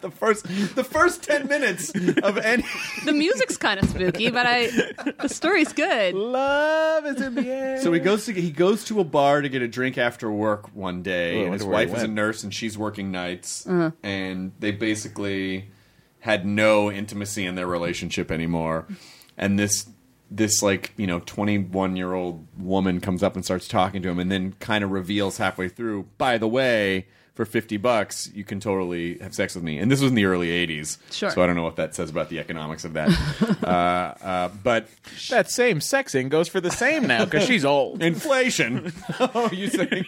A: the first the first ten minutes of any
C: The music's kind of spooky, but I the story's good.
D: Love is in the air.
A: So he goes to he goes to a bar to get a drink after work one
D: Ooh, Oh, I
A: day. and
D: wonder
A: his
D: where
A: wife
D: he
A: is a
D: went.
A: nurse and she's working nights, and they basically had no intimacy in their relationship anymore. And this this like you know twenty one year old woman comes up and starts talking to him, and then kind of reveals halfway through. By the way. For fifty bucks, you can totally have sex with me, and this was in the early '80s.
C: Sure.
A: So I don't know what that says about the economics of that. uh, uh, but
D: That same sexing goes for the same now because she's old.
A: Inflation. oh, you saying?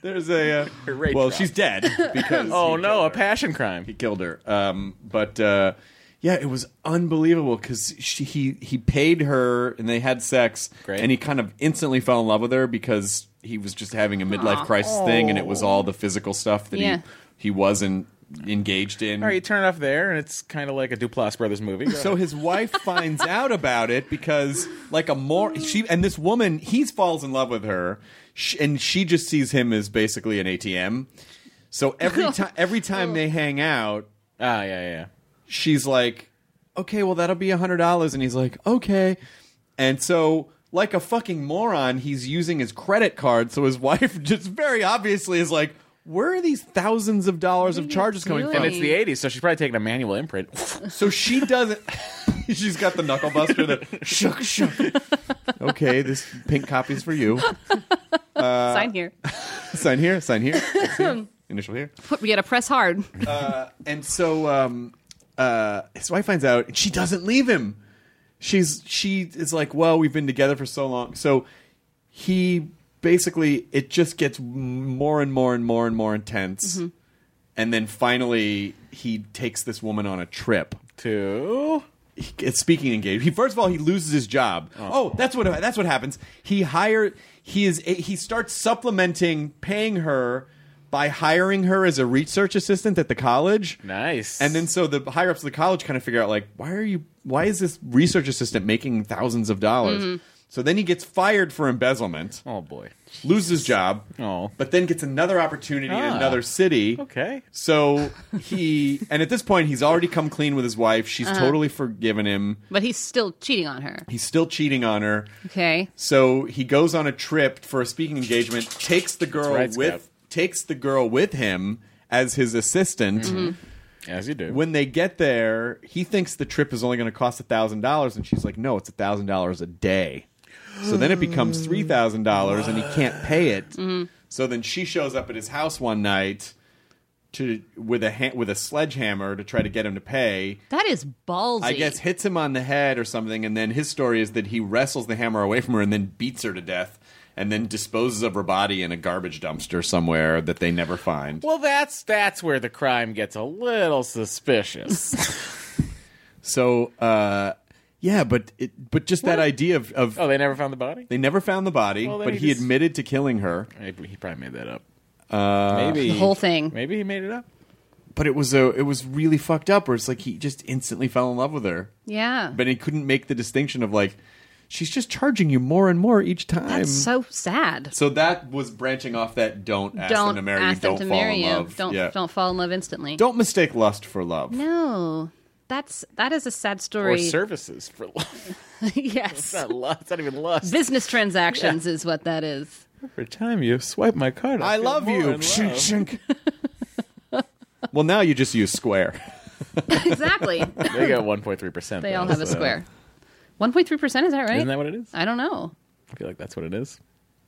A: There's a. Uh,
D: Her rate
A: well,
D: dropped.
A: she's dead because.
D: oh
A: he
D: no, a
A: killed her.
D: passion crime.
A: He killed her. Um, but uh, Yeah, it was unbelievable because he he paid her and they had sex,
D: Great.
A: and he kind of instantly fell in love with her because he was just having a midlife
C: Aw.
A: crisis thing, and it was all the physical stuff that
C: Yeah.
A: he he wasn't engaged in.
D: All right, you turn it off there, and it's kind of like a Duplass Brothers movie. Go
A: So
D: ahead.
A: his wife finds out about it because, like a more she and this woman, he falls in love with her, sh and she just sees him as basically an ATM. So every time, every time they hang out,
D: ah, yeah, yeah, yeah.
A: she's like, "Okay, well that'll be a hundred dollars," and he's like, "Okay," and so. Like a fucking moron, he's using his credit card, so his wife just very obviously is like, "Where are these thousands of dollars
C: are
A: of
C: you
A: charges coming
C: doing?
A: from?"
D: And it's the '80s, so she's probably taking a manual imprint.
A: So she doesn't. She's got the knuckle buster that shook, shook. Okay, this pink copy's for you.
C: Sign here.
A: Sign here, sign here. X here, Initial here.
C: Put, we gotta press hard.
A: And so um, uh, his wife finds out, and she doesn't leave him. She's she is like, well, we've been together for so long. So he basically it just gets more and more and more and more intense, and then finally he takes this woman on a trip.
D: Two.
A: he gets speaking engaged. He first of all he loses his job. Oh, that's what that's what happens. He hire he is he starts supplementing paying her by hiring her as a research assistant at the college.
D: Nice.
A: And then so the higher ups of the college kind of figure out like why are you why is this research assistant making thousands of dollars? So then he gets fired for embezzlement,
D: oh boy.
A: loses his job,
D: Oh.
A: but then gets another opportunity in
D: Ah.
A: another city.
D: Okay.
A: So he and at this point he's already come clean with his wife. She's totally forgiven him.
C: But he's still cheating on her.
A: He's still cheating on her.
C: Okay.
A: So he goes on a trip for a speaking engagement, takes the girl
D: right,
A: with
D: Scout.
A: takes the girl with him as his assistant.
D: As you do.
A: When they get there, he thinks the trip is only going to cost $1,000 and she's like, "No, it's $1,000 a day." So then it becomes $3,000 and he can't pay it. So then she shows up at his house one night to with a ha- with a sledgehammer to try to get him to pay.
C: That is ballsy.
A: I guess hits him on the head or something, and then his story is that he wrestles the hammer away from her and then beats her to death, and then disposes of her body in a garbage dumpster somewhere that they never find.
D: well, that's that's where the crime gets a little suspicious.
A: So, uh, yeah, but it, but just that idea of, of
D: oh, they never found the body.
A: they never found the body,
D: Well, then
A: but
D: he
A: he,
D: just-
A: admitted to killing her.
D: Maybe he probably made that up. Uh, maybe
C: the whole thing.
D: Maybe he made it up.
A: But it was a it was really fucked up, where it's like he just instantly fell in love with her,
C: Yeah.
A: but he couldn't make the distinction of like she's just charging you more and more each time.
C: That's so sad.
A: So that was branching off that don't ask
C: don't
A: them to marry
C: ask
A: you,
C: them
A: don't
C: to
A: fall
C: marry
A: in
C: you.
A: love.
C: Don't
A: Yeah.
C: don't fall in love instantly.
A: Don't mistake lust for love.
C: No. That's that is a sad
D: Or
C: story.
D: services for love. It's
C: yes.
D: not love. It's not even lust.
C: Business transactions is what that is.
D: Every time you swipe my card,
A: I
D: feel
A: love
D: more
A: you.
D: in love.
A: well, now you just use square.
C: exactly.
D: They got 1.3 percent.
C: They all have a square. 1.3%, is that right?
D: Isn't that what it is?
C: I don't know.
D: I feel like that's what it is.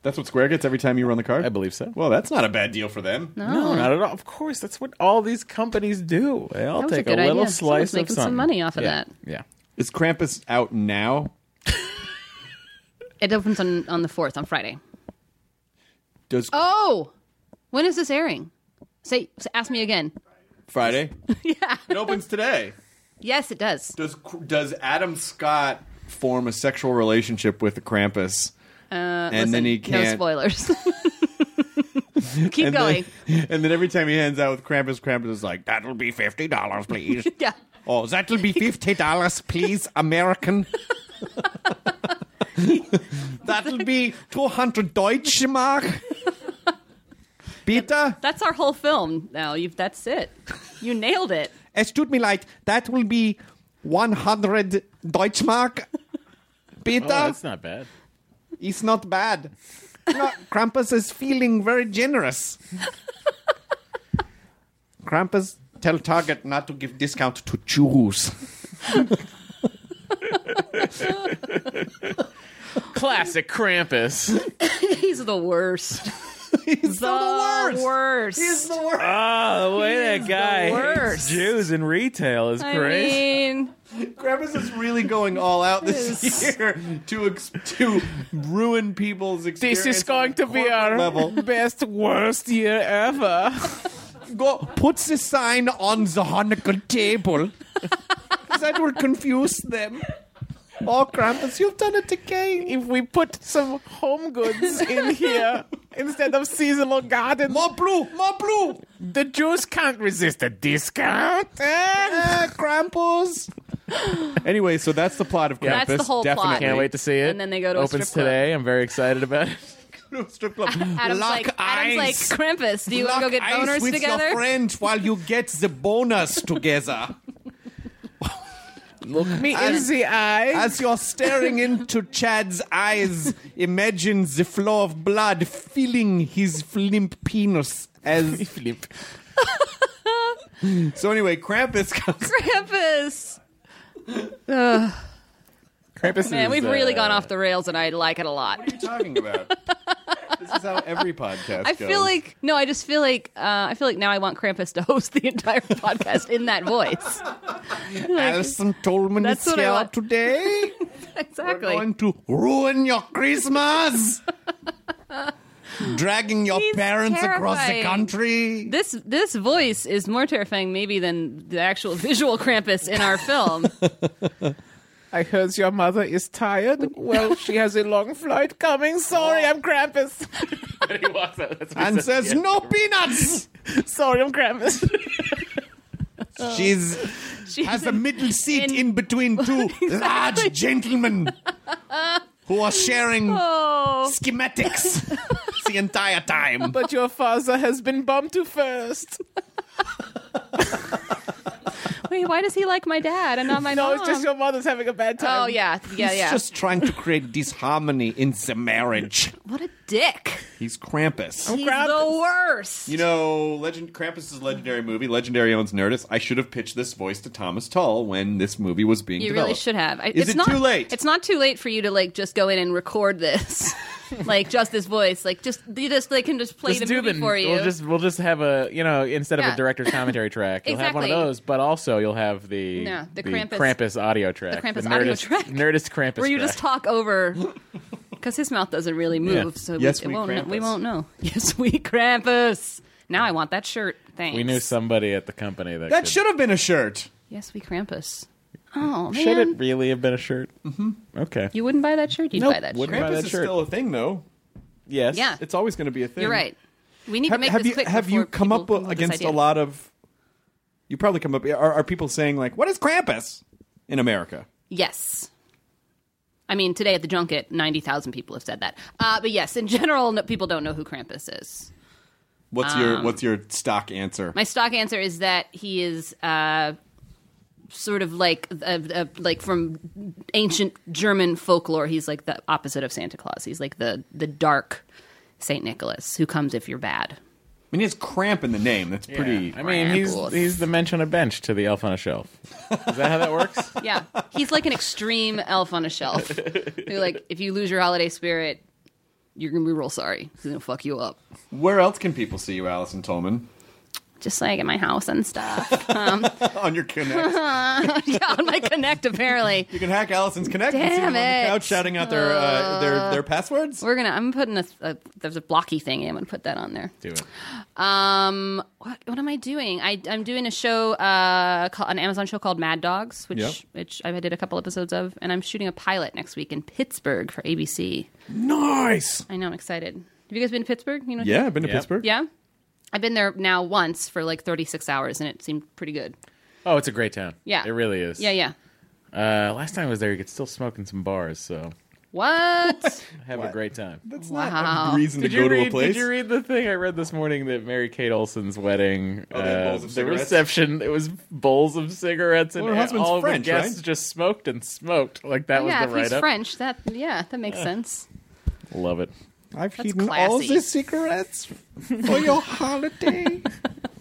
A: That's what square gets every time you run the card.
D: I believe so.
A: Well, that's not a bad deal for them.
D: No, not at all. Of course, that's what all these companies do. They all
C: That was a
D: take
C: good
D: a, little
C: idea. Someone's
D: slice of
C: making some
D: something.
C: money off of
D: Yeah.
C: that.
D: Yeah.
A: Is Krampus out now?
C: It opens on, on the 4th, on Friday.
A: Does
C: Oh! When is this airing? Say, s- ask me again.
A: Friday? yeah. It opens today.
C: Yes, it does.
A: Does does Adam Scott form a sexual relationship with Krampus?
C: Uh,
A: And then
C: listen,
A: he
C: No
A: can't-
C: spoilers. Keep
A: And
C: going.
A: then, and then every time he hands out with Krampus, Krampus is like, "That'll be fifty dollars, please."
C: yeah.
A: Oh, that'll be fifty dollars, please, American. that'll be two hundred Deutsche Mark. Bitte.
C: That's our whole film now. You've, that's it. You nailed it.
A: Es tut mir leid. That will be one hundred Deutsche Mark. Bitte.
D: Oh, that's not bad.
A: it's not bad. No, Krampus is feeling very generous. Krampus, tell Target not to give discount to Jews.
D: Classic Krampus.
C: He's the worst.
A: He's
C: the, worst.
A: He's the worst.
D: Oh, the way that guy hates
C: worst.
D: Jews in retail is
C: I
D: crazy.
C: mean,
A: Krampus is really going all out this year to ex- to ruin people's experience.
D: This is going
A: on
D: to be
A: corporate
D: our
A: level.
D: best worst year ever.
A: Go put the sign on the Hanukkah table. that will confuse them.
E: Oh, Krampus, you've done it again.
D: If we put some home goods in here instead of seasonal garden,
A: More blue, more blue.
D: the Jews can't resist a discount.
A: Ah, Krampus. Anyway, so that's the plot of Krampus.
C: That's the whole plot.
A: Definitely.
D: Can't wait to see it.
C: And then they go to a
D: opens
C: strip club.
D: today. I'm very excited about it.
A: No strip club.
C: Adam's
A: Lock
C: like
A: eyes.
C: Adam's like Krampus. Do you want to go
A: Lock
C: get
A: eyes
C: boners
A: with
C: together?
A: your friend while you get the bonus together.
D: Look me
A: As-
D: the eye.
A: As you're staring into Chad's eyes, imagine the flow of blood filling his limp penis. As
D: Flip.
A: so, anyway, Krampus comes.
C: Krampus.
D: Krampus
C: Man,
D: is,
C: we've
D: uh,
C: really gone off the rails, and I like it a lot.
A: you talking about? This is how every podcast.
C: I feel like no, I just feel like uh, I feel like now I want Krampus to host the entire podcast in that voice.
A: Alison Tolman
C: That's
A: is
C: what I
A: here
C: want.
A: today.
C: exactly.
A: Going to ruin your Christmas. Dragging your
C: He's
A: parents across the
C: terrifying.
A: country.
C: This this voice is more terrifying maybe than the actual visual Krampus in our film.
D: I heard your mother is tired. Well, she has a long flight coming. Sorry, I'm Krampus. and he walks out. That's what he
A: and
D: says.
A: says, "No peanuts."
D: Sorry, I'm Krampus.
C: Oh.
A: She's
C: She's
A: has a middle seat
C: in-
A: in, between two large gentlemen who are sharing
C: oh,
A: schematics the entire time.
D: but your father has been bumped to first.
C: wait, why does he like my dad and not my
D: No,
C: mom?
D: it's just your mother's having a bad time.
C: oh yeah, yeah,
A: He's
C: yeah.
A: just trying to create disharmony in the marriage.
C: What a dick.
A: He's Krampus.
C: He's
D: Krampus.
C: the worst.
A: You know, Legend Krampus is a legendary movie. Legendary owns Nerdist. I should have pitched this voice to Thomas Tull when this movie was being
C: You
A: developed.
C: really should have. I,
A: Is
C: it's
A: it
C: not,
A: too late?
C: It's not too late for you to like just go in and record this, like just this voice. Like just you just they can just play
D: Just
C: the
D: do
C: movie
D: the,
C: for you.
D: We'll just we'll just have a you know instead of
C: Yeah.
D: a director's commentary track, you'll have one of
C: Exactly.
D: those, but also you'll have the
C: No, the Krampus-
D: audio track,
C: Krampus
D: Nerdist,
C: audio track.
D: Nerdist Krampus,
C: where you just
D: track.
C: talk over because his mouth doesn't really move, so
A: Yes, we
C: we, it won't know, we
A: Krampus.
C: won't know. Yes, we Krampus. Now I want that shirt. Thanks.
D: We knew somebody at the company that
A: That
D: could-
A: should have been a shirt.
C: Yes, we Krampus. Oh man,
D: should it really have been a shirt? Mm-hmm. Okay,
C: you wouldn't buy that shirt. You'd
D: Nope,
C: buy that
D: wouldn't
C: shirt.
D: buy that
A: Krampus is
D: shirt.
A: still a thing, though.
D: yes,
C: Yeah.
A: It's always going to be a thing.
C: You're right. We need to
A: Have,
C: make
A: have
C: this
A: you
C: quick.
A: have you
C: before
A: come up
C: people come with this
A: against a
C: idea.
A: lot of? You probably come up. Are, are people saying like, "What is Krampus in America"?
C: Yes. I mean, today at the junket, 90,000 people have said that. Uh, but yes, in general, no, people don't know who Krampus is.
A: What's your What's your stock answer?
C: Um, My stock answer is that he is uh, sort of like uh, uh, like from ancient German folklore. He's like the opposite of Santa Claus. He's like the, the dark St. Nicholas who comes if you're bad.
A: I mean, he has cramp in the name. That's pretty.
D: I mean, he's
C: Krampus.
D: he's the mensch on a bench to the elf on a shelf. Is that how that works?
C: Yeah. He's like an extreme elf on a shelf. Who, like, if you lose your holiday spirit, you're going to be real sorry. He's going to fuck you up.
A: Where else can people see you, Allison Tolman?
C: Just like at my house and stuff.
A: on your Connect,
C: yeah, on my Connect. Apparently,
A: you can hack Allison's Connect. and see
C: Damn
A: them on
C: it.
A: the couch shouting out their uh, their their passwords.
C: we're gonna. I'm putting a, a. There's a blocky thing. I'm gonna put that on there.
D: Do it.
C: Um, what what am I doing? I I'm doing a show, uh, ca- an Amazon show called Mad Dogs, which
A: Yep.
C: which I did a couple episodes of, and I'm shooting a pilot next week in Pittsburgh for ABC.
A: Nice.
C: I know. I'm excited. Have you guys been to Pittsburgh? You know.
A: Yeah, I've been to
D: Yep.
A: Pittsburgh.
C: Yeah. I've been there now once for like 36 hours, and it seemed pretty good.
D: Oh, it's a great town.
C: Yeah.
D: it really is.
C: Yeah, yeah.
D: Uh, last time I was there, you could still smoke in some bars, so
C: What?
D: have a great time.
A: That's
C: Wow.
A: not a reason
D: Did
A: to
D: you,
A: go
D: read,
A: to a place.
D: did you read the thing I read this morning that Mary Kate Olsen's wedding,
A: Oh, they had
D: uh,
A: bowls
D: the
A: of cigarettes?
D: reception, it was bowls of cigarettes, and
A: Well, her husband's
D: all
A: French,
D: the guests
A: right?
D: just smoked and smoked. Like
C: yeah,
D: that was
C: if
D: the
C: he's
D: write up.
C: French, that yeah, that makes sense.
D: Love it.
E: I've
C: That's
E: hidden all
C: classy.
E: the cigarettes for your holiday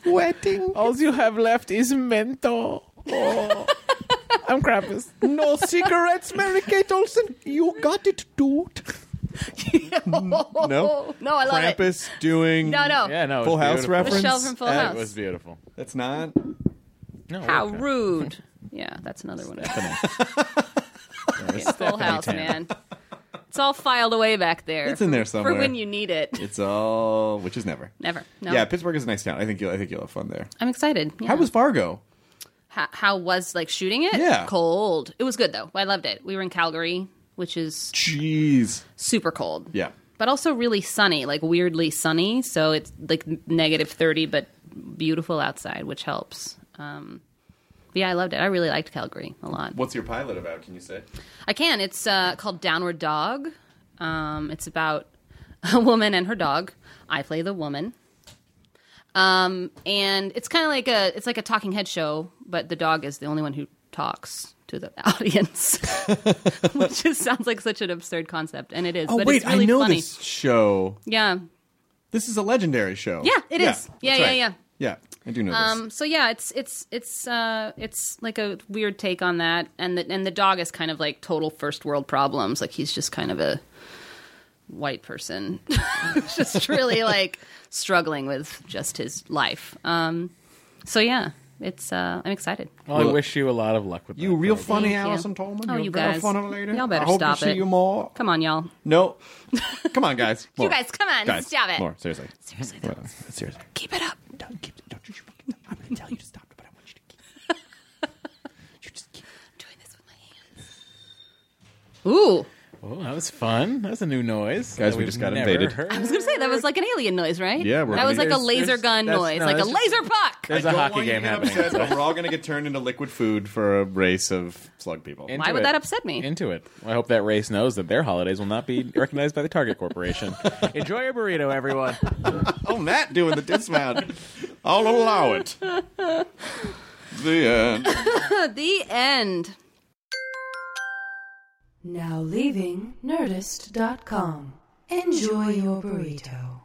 E: wedding.
D: All you have left is menthol. I'm Krampus.
E: No cigarettes, Mary Kate Olsen. You got it, dude.
A: No?
C: no, Oh, I love it.
A: Krampus doing
C: No, no.
D: Yeah, no. it
A: Full
D: was
A: House
D: beautiful.
A: reference.
C: Michelle from Full
A: Uh,
C: Oh. House.
D: It was beautiful.
A: That's not.
D: No,
C: How
D: okay.
C: rude. Yeah, that's another one.
D: It's
C: Full house,
D: Tan.
C: man. It's all filed away back there.
A: It's in there
C: For
A: somewhere.
C: when you need it.
A: It's all, which is never.
C: Never. No.
A: Yeah, Pittsburgh is a nice town. I think you'll, I think you'll have fun there.
C: I'm excited. Yeah.
A: How was Fargo?
C: how, how was like shooting it?
A: Yeah.
C: cold. It was good though. I loved it. We were in Calgary, which is
A: Jeez.
C: super cold.
A: Yeah.
C: but also really sunny, like weirdly sunny. So it's like negative thirty, but beautiful outside, which helps. Um, but yeah, I loved it. I really liked Calgary a lot.
A: What's your pilot about? Can you say?
C: I can. It's uh, called Downward Dog. Um, it's about a woman and her dog. I play the woman. Um, and it's kind of like a it's like a talking head show, but the dog is the only one who talks to the audience, which just sounds like such an absurd concept, and it is.
A: Oh
C: but
A: wait,
C: it's really
A: I know
C: funny.
A: this show.
C: Yeah,
A: This is a legendary show.
C: Yeah, it is. Yeah,
A: that's
C: yeah,
A: right.
C: yeah.
A: Yeah, I do know
C: Um, so yeah, it's it's it's uh, it's like a weird take on that, and the and the dog is kind of like total first world problems. Like he's just kind of a white person, just really like struggling with just his life. Um, so yeah, it's uh, I'm excited.
D: Well, I wish you a lot of luck with
A: this. You real funny,
C: you.
A: Allison Tolman.
C: Oh,
A: You're
C: you
A: very
C: guys.
A: funny lady.
C: Y'all better
A: I hope
C: stop
A: to see
C: it.
A: you more.
C: Come on, y'all.
A: No, come on, guys.
C: You
A: More.
C: guys, come on,
A: Guys,
C: stop it.
A: More seriously.
C: Seriously,
A: Well, uh, seriously.
C: keep it up.
A: Don't keep. Don't you fucking. I'm gonna tell you to stop, but I want you to keep. you just keep.
C: I'm doing this with my hands. Ooh,
D: Oh, that was fun. That was a new noise.
A: Guys,
D: that
A: we
D: we've
A: just got
D: never
A: invaded.
D: heard.
C: I was gonna say that was like an alien noise, right?
A: Yeah, we're
C: that was
A: gonna-
C: like a
A: there's-
C: laser
D: there's-
C: gun
D: that's-
C: noise,
D: no,
C: like a
D: that's-
C: laser puck.
D: There's a hockey game happening.
A: we're all gonna get turned into liquid food for a race of slug people.
D: Into
C: Why would
D: it.
C: that upset me?
D: Into it. I hope that race knows that their holidays will not be recognized by the Target Corporation. Enjoy your burrito, everyone.
A: oh, Matt doing the dismount. I'll allow it. The end.
C: the end.
F: Now leaving Nerdist.com. Enjoy your burrito.